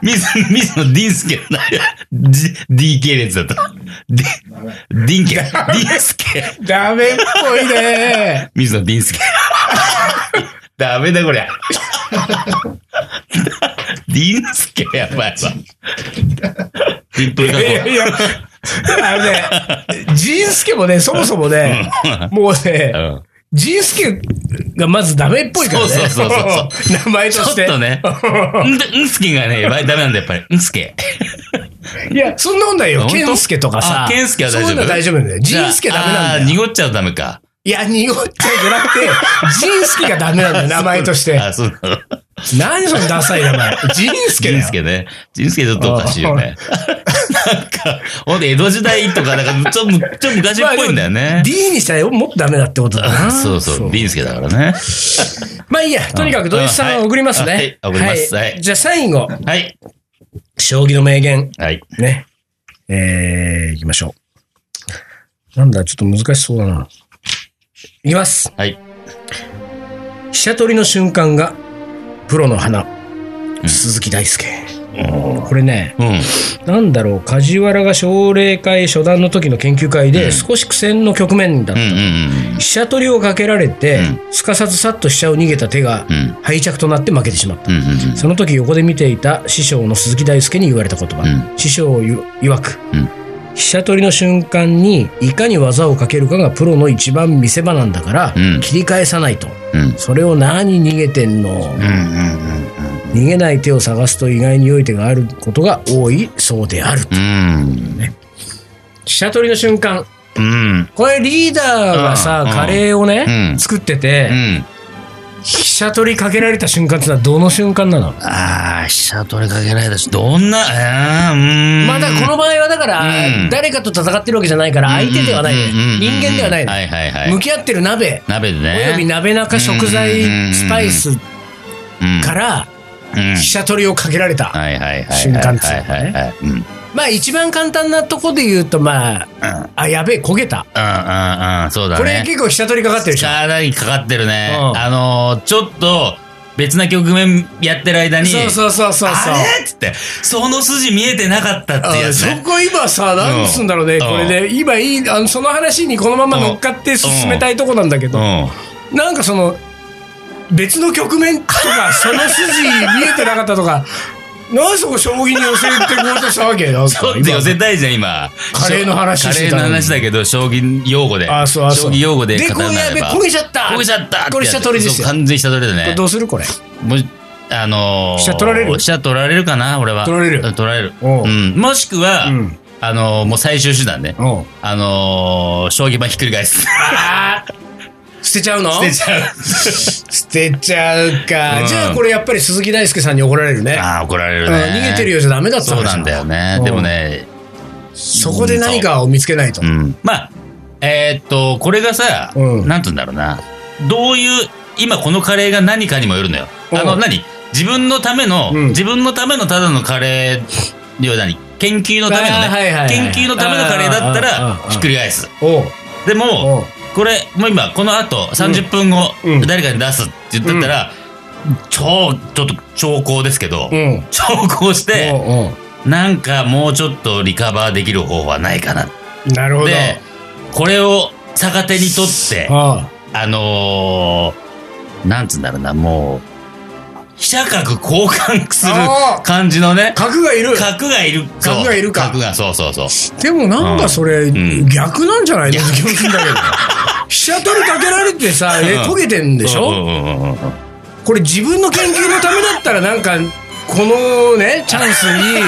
Speaker 2: ミス、ミスのディンスケンだよ。D D 系列だった。ディ、ディンケン。ディンスケン。
Speaker 1: ダメっぽいね。
Speaker 2: ミスのディンスケン。ダメだこりゃ。ディンスケンやばいわ。ディンプル
Speaker 1: い
Speaker 2: 加
Speaker 1: や いや、あのね、ジンスケもね、そもそもね、もうね、
Speaker 2: 工。うん
Speaker 1: ジンスケがまずダメっぽいからね。
Speaker 2: そうそうそうそう
Speaker 1: 名前と
Speaker 2: ちょ
Speaker 1: し。
Speaker 2: ってとね。んで、んすけがね、やばい、ダメなんだ、やっぱり。んすけ。
Speaker 1: いや、そんなもんないよ。
Speaker 2: 本当
Speaker 1: ケンスケとかさ
Speaker 2: あ。ケンスケは大丈夫
Speaker 1: そういうの大丈夫なんだよ。ジンスケダメなんだ
Speaker 2: じゃああー
Speaker 1: よ。
Speaker 2: 濁っちゃうとダメか。
Speaker 1: いや、濁っちゃいけなくて、ジンスケがダメ なんだよ、名前として。
Speaker 2: あ、そうなの。
Speaker 1: 何そのダサい名前。ジンスケだ
Speaker 2: ジ
Speaker 1: よ。
Speaker 2: ンスケね。ジンスケちょっとおかしいよね。なんか、ほんと江戸時代とか、なんか、ちょっと、ちょっと昔っぽいんだよ
Speaker 1: ま
Speaker 2: ね
Speaker 1: あ。でも D にしたらもっとダメだってことだな。
Speaker 2: そうそう、ディンスケだからね。
Speaker 1: まあいいや、とにかくドイツさんは送りますね。
Speaker 2: うんはいはい送りますはい
Speaker 1: じゃあ最後、
Speaker 2: はい。
Speaker 1: 将棋の名言。
Speaker 2: はい。
Speaker 1: ね。えー、いきましょう。なんだ、ちょっと難しそうだな。いきます。
Speaker 2: はい。
Speaker 1: 飛車取りの瞬間が、プロの花、鈴木大輔。これね、
Speaker 2: うん。
Speaker 1: なんだろう、梶原が奨励会初段の時の研究会で、少し苦戦の局面だっ
Speaker 2: う
Speaker 1: た。
Speaker 2: ん
Speaker 1: 飛車取りをかけられて、すかさずさっと飛車を逃げた手が
Speaker 2: うんうん。
Speaker 1: 敗着となって負けてしまった。
Speaker 2: うんうんうん。
Speaker 1: その時横で見ていた師匠の鈴木大輔に言われた言葉、
Speaker 2: う
Speaker 1: 師匠いわく、
Speaker 2: うん
Speaker 1: 飛車取りの瞬間にいかに技をかけるかがプロの一番見せ場なんだから、
Speaker 2: うん
Speaker 1: 切り返さないと
Speaker 2: うん
Speaker 1: それを何逃げてんの、逃げない手を探すと意外に良い手があることが多いそうである
Speaker 2: うん。
Speaker 1: 飛車取りの瞬間
Speaker 2: うん。
Speaker 1: これリーダーがさ、
Speaker 2: うん
Speaker 1: カレーをね、
Speaker 2: うん
Speaker 1: 作ってて、
Speaker 2: うん。
Speaker 1: 飛車取りかけられた瞬間ってのはどの瞬間なの
Speaker 2: ああ、飛車取りかけられたし、どんな、うーん。
Speaker 1: まあだからこの場合はだから、
Speaker 2: うん
Speaker 1: 誰かと戦ってるわけじゃないから相手ではない、
Speaker 2: うんうんうんうん
Speaker 1: 人間ではない、
Speaker 2: はいはいはい。
Speaker 1: 向き合ってる鍋、
Speaker 2: 鍋で
Speaker 1: お
Speaker 2: ね。
Speaker 1: よび鍋中食
Speaker 2: う
Speaker 1: 材、
Speaker 2: んうんうんうん
Speaker 1: スパイス
Speaker 2: うん
Speaker 1: から
Speaker 2: うん
Speaker 1: 飛車取りをかけられた、
Speaker 2: はいはいはいはい。
Speaker 1: 瞬間です
Speaker 2: は
Speaker 1: よ
Speaker 2: い
Speaker 1: ね
Speaker 2: はいはい。うん。うんうんうん
Speaker 1: まあ一番簡単なとこで言うとまあ、あやべえ焦げた、
Speaker 2: うん。そうだね。
Speaker 1: これ結構飛車取りかかってるでしょ
Speaker 2: かなりかかってるね。
Speaker 1: うん
Speaker 2: あのー、ちょっと、別な局面やってる間に、
Speaker 1: そうそうそうそうそう
Speaker 2: あれっつって、その筋見えてなかったって
Speaker 1: あ
Speaker 2: やつ
Speaker 1: そ
Speaker 2: ね。
Speaker 1: こ今さ、なんつうんだろうね、
Speaker 2: うん
Speaker 1: これね、今いい、あのその話にこのまま乗っかって進めたいとこなんだけ
Speaker 2: う
Speaker 1: ど、
Speaker 2: ん。
Speaker 1: なんかその別の局面とかその筋見えてなかったと かなんでそこ将棋に寄せてこうとしたわけよ
Speaker 2: ちょっと寄せたいじゃん、今。
Speaker 1: カレーの話
Speaker 2: カ
Speaker 1: して
Speaker 2: レー
Speaker 1: た
Speaker 2: の
Speaker 1: のに
Speaker 2: 話だけど、将棋用語で。
Speaker 1: あそうあそう
Speaker 2: 将棋用語で
Speaker 1: で
Speaker 2: 語
Speaker 1: こ
Speaker 2: ら
Speaker 1: う
Speaker 2: な
Speaker 1: や
Speaker 2: れ
Speaker 1: べ
Speaker 2: ば。
Speaker 1: 焦げちゃった
Speaker 2: 焦げちゃったってやつ
Speaker 1: これ飛車取りですよ
Speaker 2: そう完全飛車取りだ
Speaker 1: これ
Speaker 2: ね
Speaker 1: ど。うするこれ
Speaker 2: もしあのー、
Speaker 1: 飛車取られる
Speaker 2: 飛車取られるかな、俺は。
Speaker 1: 取られる
Speaker 2: 取られる。
Speaker 1: おう
Speaker 2: うん。もしくは、
Speaker 1: うん
Speaker 2: あのー、もう最終手段ね。
Speaker 1: おう
Speaker 2: あのー、将棋盤ひっくり 返す。
Speaker 1: あー捨てちゃうの
Speaker 2: 捨てちゃう。
Speaker 1: 捨てちゃうか、
Speaker 2: うん
Speaker 1: じゃあこれやっぱり鈴木大輔さんに怒られるね
Speaker 2: ああ、怒られ
Speaker 1: う
Speaker 2: る
Speaker 1: ん
Speaker 2: ね。
Speaker 1: 逃げてるようじゃダメだった
Speaker 2: そうなんだよね
Speaker 1: う。ん
Speaker 2: でもね、
Speaker 1: そこで何かを見つけないと、
Speaker 2: うん。まあ、えーっと、これがさ、
Speaker 1: うん
Speaker 2: なんつうんだろうな。どういう、今このカレーが何かにもよるのよ。
Speaker 1: うん
Speaker 2: あの、何自分のための、
Speaker 1: うん
Speaker 2: 自分のためのただのカレー、要は何研究のための
Speaker 1: あーはいはいは
Speaker 2: ね。
Speaker 1: い
Speaker 2: 研究のためのカレーだった
Speaker 1: あーあ
Speaker 2: ら
Speaker 1: ーあ、ー
Speaker 2: ひっくり返す。
Speaker 1: おう
Speaker 2: でも、
Speaker 1: おう
Speaker 2: これ、もう今、この後、30分後
Speaker 1: うん、
Speaker 2: 誰かに出すって言ってたら、超、ちょっと、兆候ですけど
Speaker 1: う、ん
Speaker 2: 兆候して、
Speaker 1: おうお
Speaker 2: なんかもうちょっとリカバーできる方法はないかな。
Speaker 1: うなるほど
Speaker 2: で、これを逆手にとって、あ
Speaker 1: あ
Speaker 2: のー、なんつうんだろうな、もう、飛車角交換する
Speaker 1: あー
Speaker 2: 感じのね、
Speaker 1: 角がいる
Speaker 2: 角がいる。そう
Speaker 1: 角がいるか
Speaker 2: 角が、そうそうそう。
Speaker 1: でもなんかそれ、
Speaker 2: ん
Speaker 1: 逆なんじゃないの
Speaker 2: 逆
Speaker 1: 気もするんだけど。 飛車取りかけられてさ、え
Speaker 2: うん
Speaker 1: 焦げてんでしょ、
Speaker 2: うんうんうんうん
Speaker 1: これ自分の研究のためだったらなんか、このね、チャンスに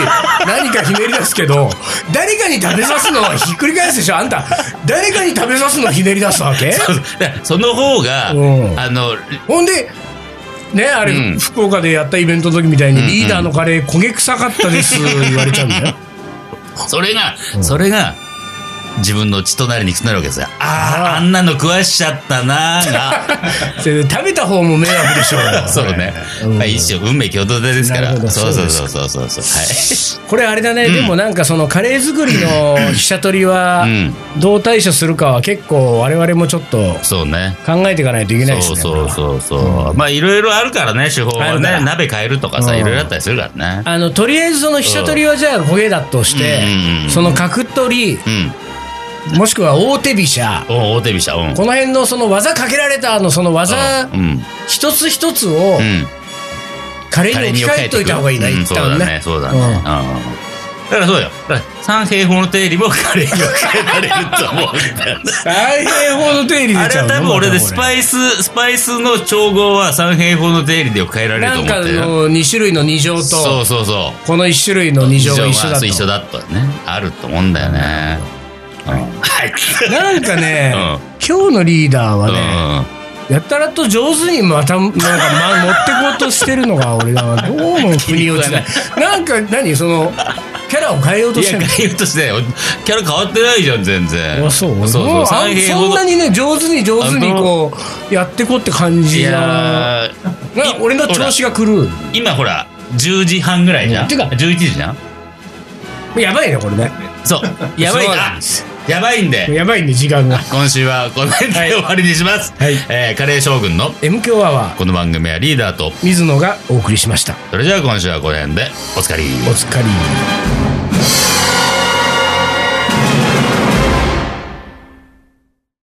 Speaker 1: 何かひねり出すけど、誰かに食べさすのはひっくり返すでしょあんた、誰かに食べさすのひねり出すわけ
Speaker 2: そうそうだからその方が、
Speaker 1: うん
Speaker 2: あの、
Speaker 1: ほんで、ね、あれ、
Speaker 2: うん
Speaker 1: 福岡でやったイベントの時みたいに、リーダーのカレー焦げ臭かったです、言われちゃうんだよ。
Speaker 2: それが、それが、自分の血となりにくなるわけですよ。ああ、
Speaker 1: あー
Speaker 2: あんなの食わしちゃった なーが。
Speaker 1: それで食べた方も迷惑でしょうよ。
Speaker 2: そうね
Speaker 1: う。ん
Speaker 2: まあ一生運命共同体ですか
Speaker 1: なる
Speaker 2: ら
Speaker 1: ほ。ど
Speaker 2: そう
Speaker 1: そ
Speaker 2: そうう
Speaker 1: です
Speaker 2: そうそうそうそう。
Speaker 1: これあれだね、でもなんかそのカレー作り の飛車取りは
Speaker 2: うん
Speaker 1: どう対処するかは結構我々もちょっと
Speaker 2: そうね。
Speaker 1: 考えていかないといけないです
Speaker 2: そう
Speaker 1: ね。
Speaker 2: そう
Speaker 1: これは
Speaker 2: そうそう。まあいろいろあるからね、手法
Speaker 1: あ
Speaker 2: は
Speaker 1: るから
Speaker 2: ね。鍋変えるとか
Speaker 1: う
Speaker 2: さ、
Speaker 1: ん
Speaker 2: いろいろあったりするからね。
Speaker 1: あのとりあえずその飛車取りはじゃあ焦げだとして
Speaker 2: うんうん
Speaker 1: その角取り
Speaker 2: うん。
Speaker 1: もしくは大手飛車
Speaker 2: お大手飛車。うん。
Speaker 1: この辺のその技かけられたのその技
Speaker 2: うん。うん。
Speaker 1: 一つ一つをカレ
Speaker 2: カ
Speaker 1: ー
Speaker 2: レー
Speaker 1: に
Speaker 2: に
Speaker 1: 置き換えといた方がいいな、
Speaker 2: うん
Speaker 1: 一
Speaker 2: そう
Speaker 1: 旦
Speaker 2: だね
Speaker 1: ね。。
Speaker 2: そうだね。うんだからそうよ。だから三平方の定理もカレーに置き換えられると思うんだよね。
Speaker 1: 大変法の定理
Speaker 2: あ
Speaker 1: 出
Speaker 2: れ
Speaker 1: ちゃ
Speaker 2: は
Speaker 1: う
Speaker 2: 多分俺でス
Speaker 1: イ
Speaker 2: パイス、スパイスの調合は三平方の定理で変えられる
Speaker 1: な
Speaker 2: と思
Speaker 1: ん
Speaker 2: って
Speaker 1: か
Speaker 2: るよ
Speaker 1: の2種類の2乗
Speaker 2: そう
Speaker 1: と
Speaker 2: そうそう。
Speaker 1: この1種類の2乗が一緒だと
Speaker 2: 一緒だとね。あると思うんだよね。はい。
Speaker 1: なんかね、
Speaker 2: うん
Speaker 1: 今日のリーダーはね、やたらと上手にまた、 なんか、ま、持ってこうとしてるのが、俺は、どうも腑に落ちない。なんか、何その、キャラを変えよう
Speaker 2: うん。
Speaker 1: と
Speaker 2: い
Speaker 1: して
Speaker 2: や、
Speaker 1: るの
Speaker 2: 言うとして、キャラ変わってないじゃん、全然。
Speaker 1: あそう
Speaker 2: そう
Speaker 1: も
Speaker 2: そうう。
Speaker 1: あ
Speaker 2: 三
Speaker 1: ん
Speaker 2: 平
Speaker 1: そん
Speaker 2: 方
Speaker 1: な
Speaker 2: の。
Speaker 1: にね上手に上手にこうやってこって感
Speaker 2: い
Speaker 1: じな
Speaker 2: やー
Speaker 1: な俺の調子が狂う
Speaker 2: 今ほら、10時半ぐらいじゃん。
Speaker 1: てか
Speaker 2: 11時じゃん
Speaker 1: やばいねこれね
Speaker 2: そう。やばい
Speaker 1: そうなん
Speaker 2: な
Speaker 1: です。
Speaker 2: やばいんで、
Speaker 1: やばいんで時間が。
Speaker 2: 今週はこの辺で終わりにします。
Speaker 1: はい
Speaker 2: えーカレー将軍の
Speaker 1: M 強アワー、
Speaker 2: この番組はリーダーと、
Speaker 1: 水野がお送りしました。
Speaker 2: それじゃあ今週はこの辺で、おつかり。
Speaker 1: お疲れ。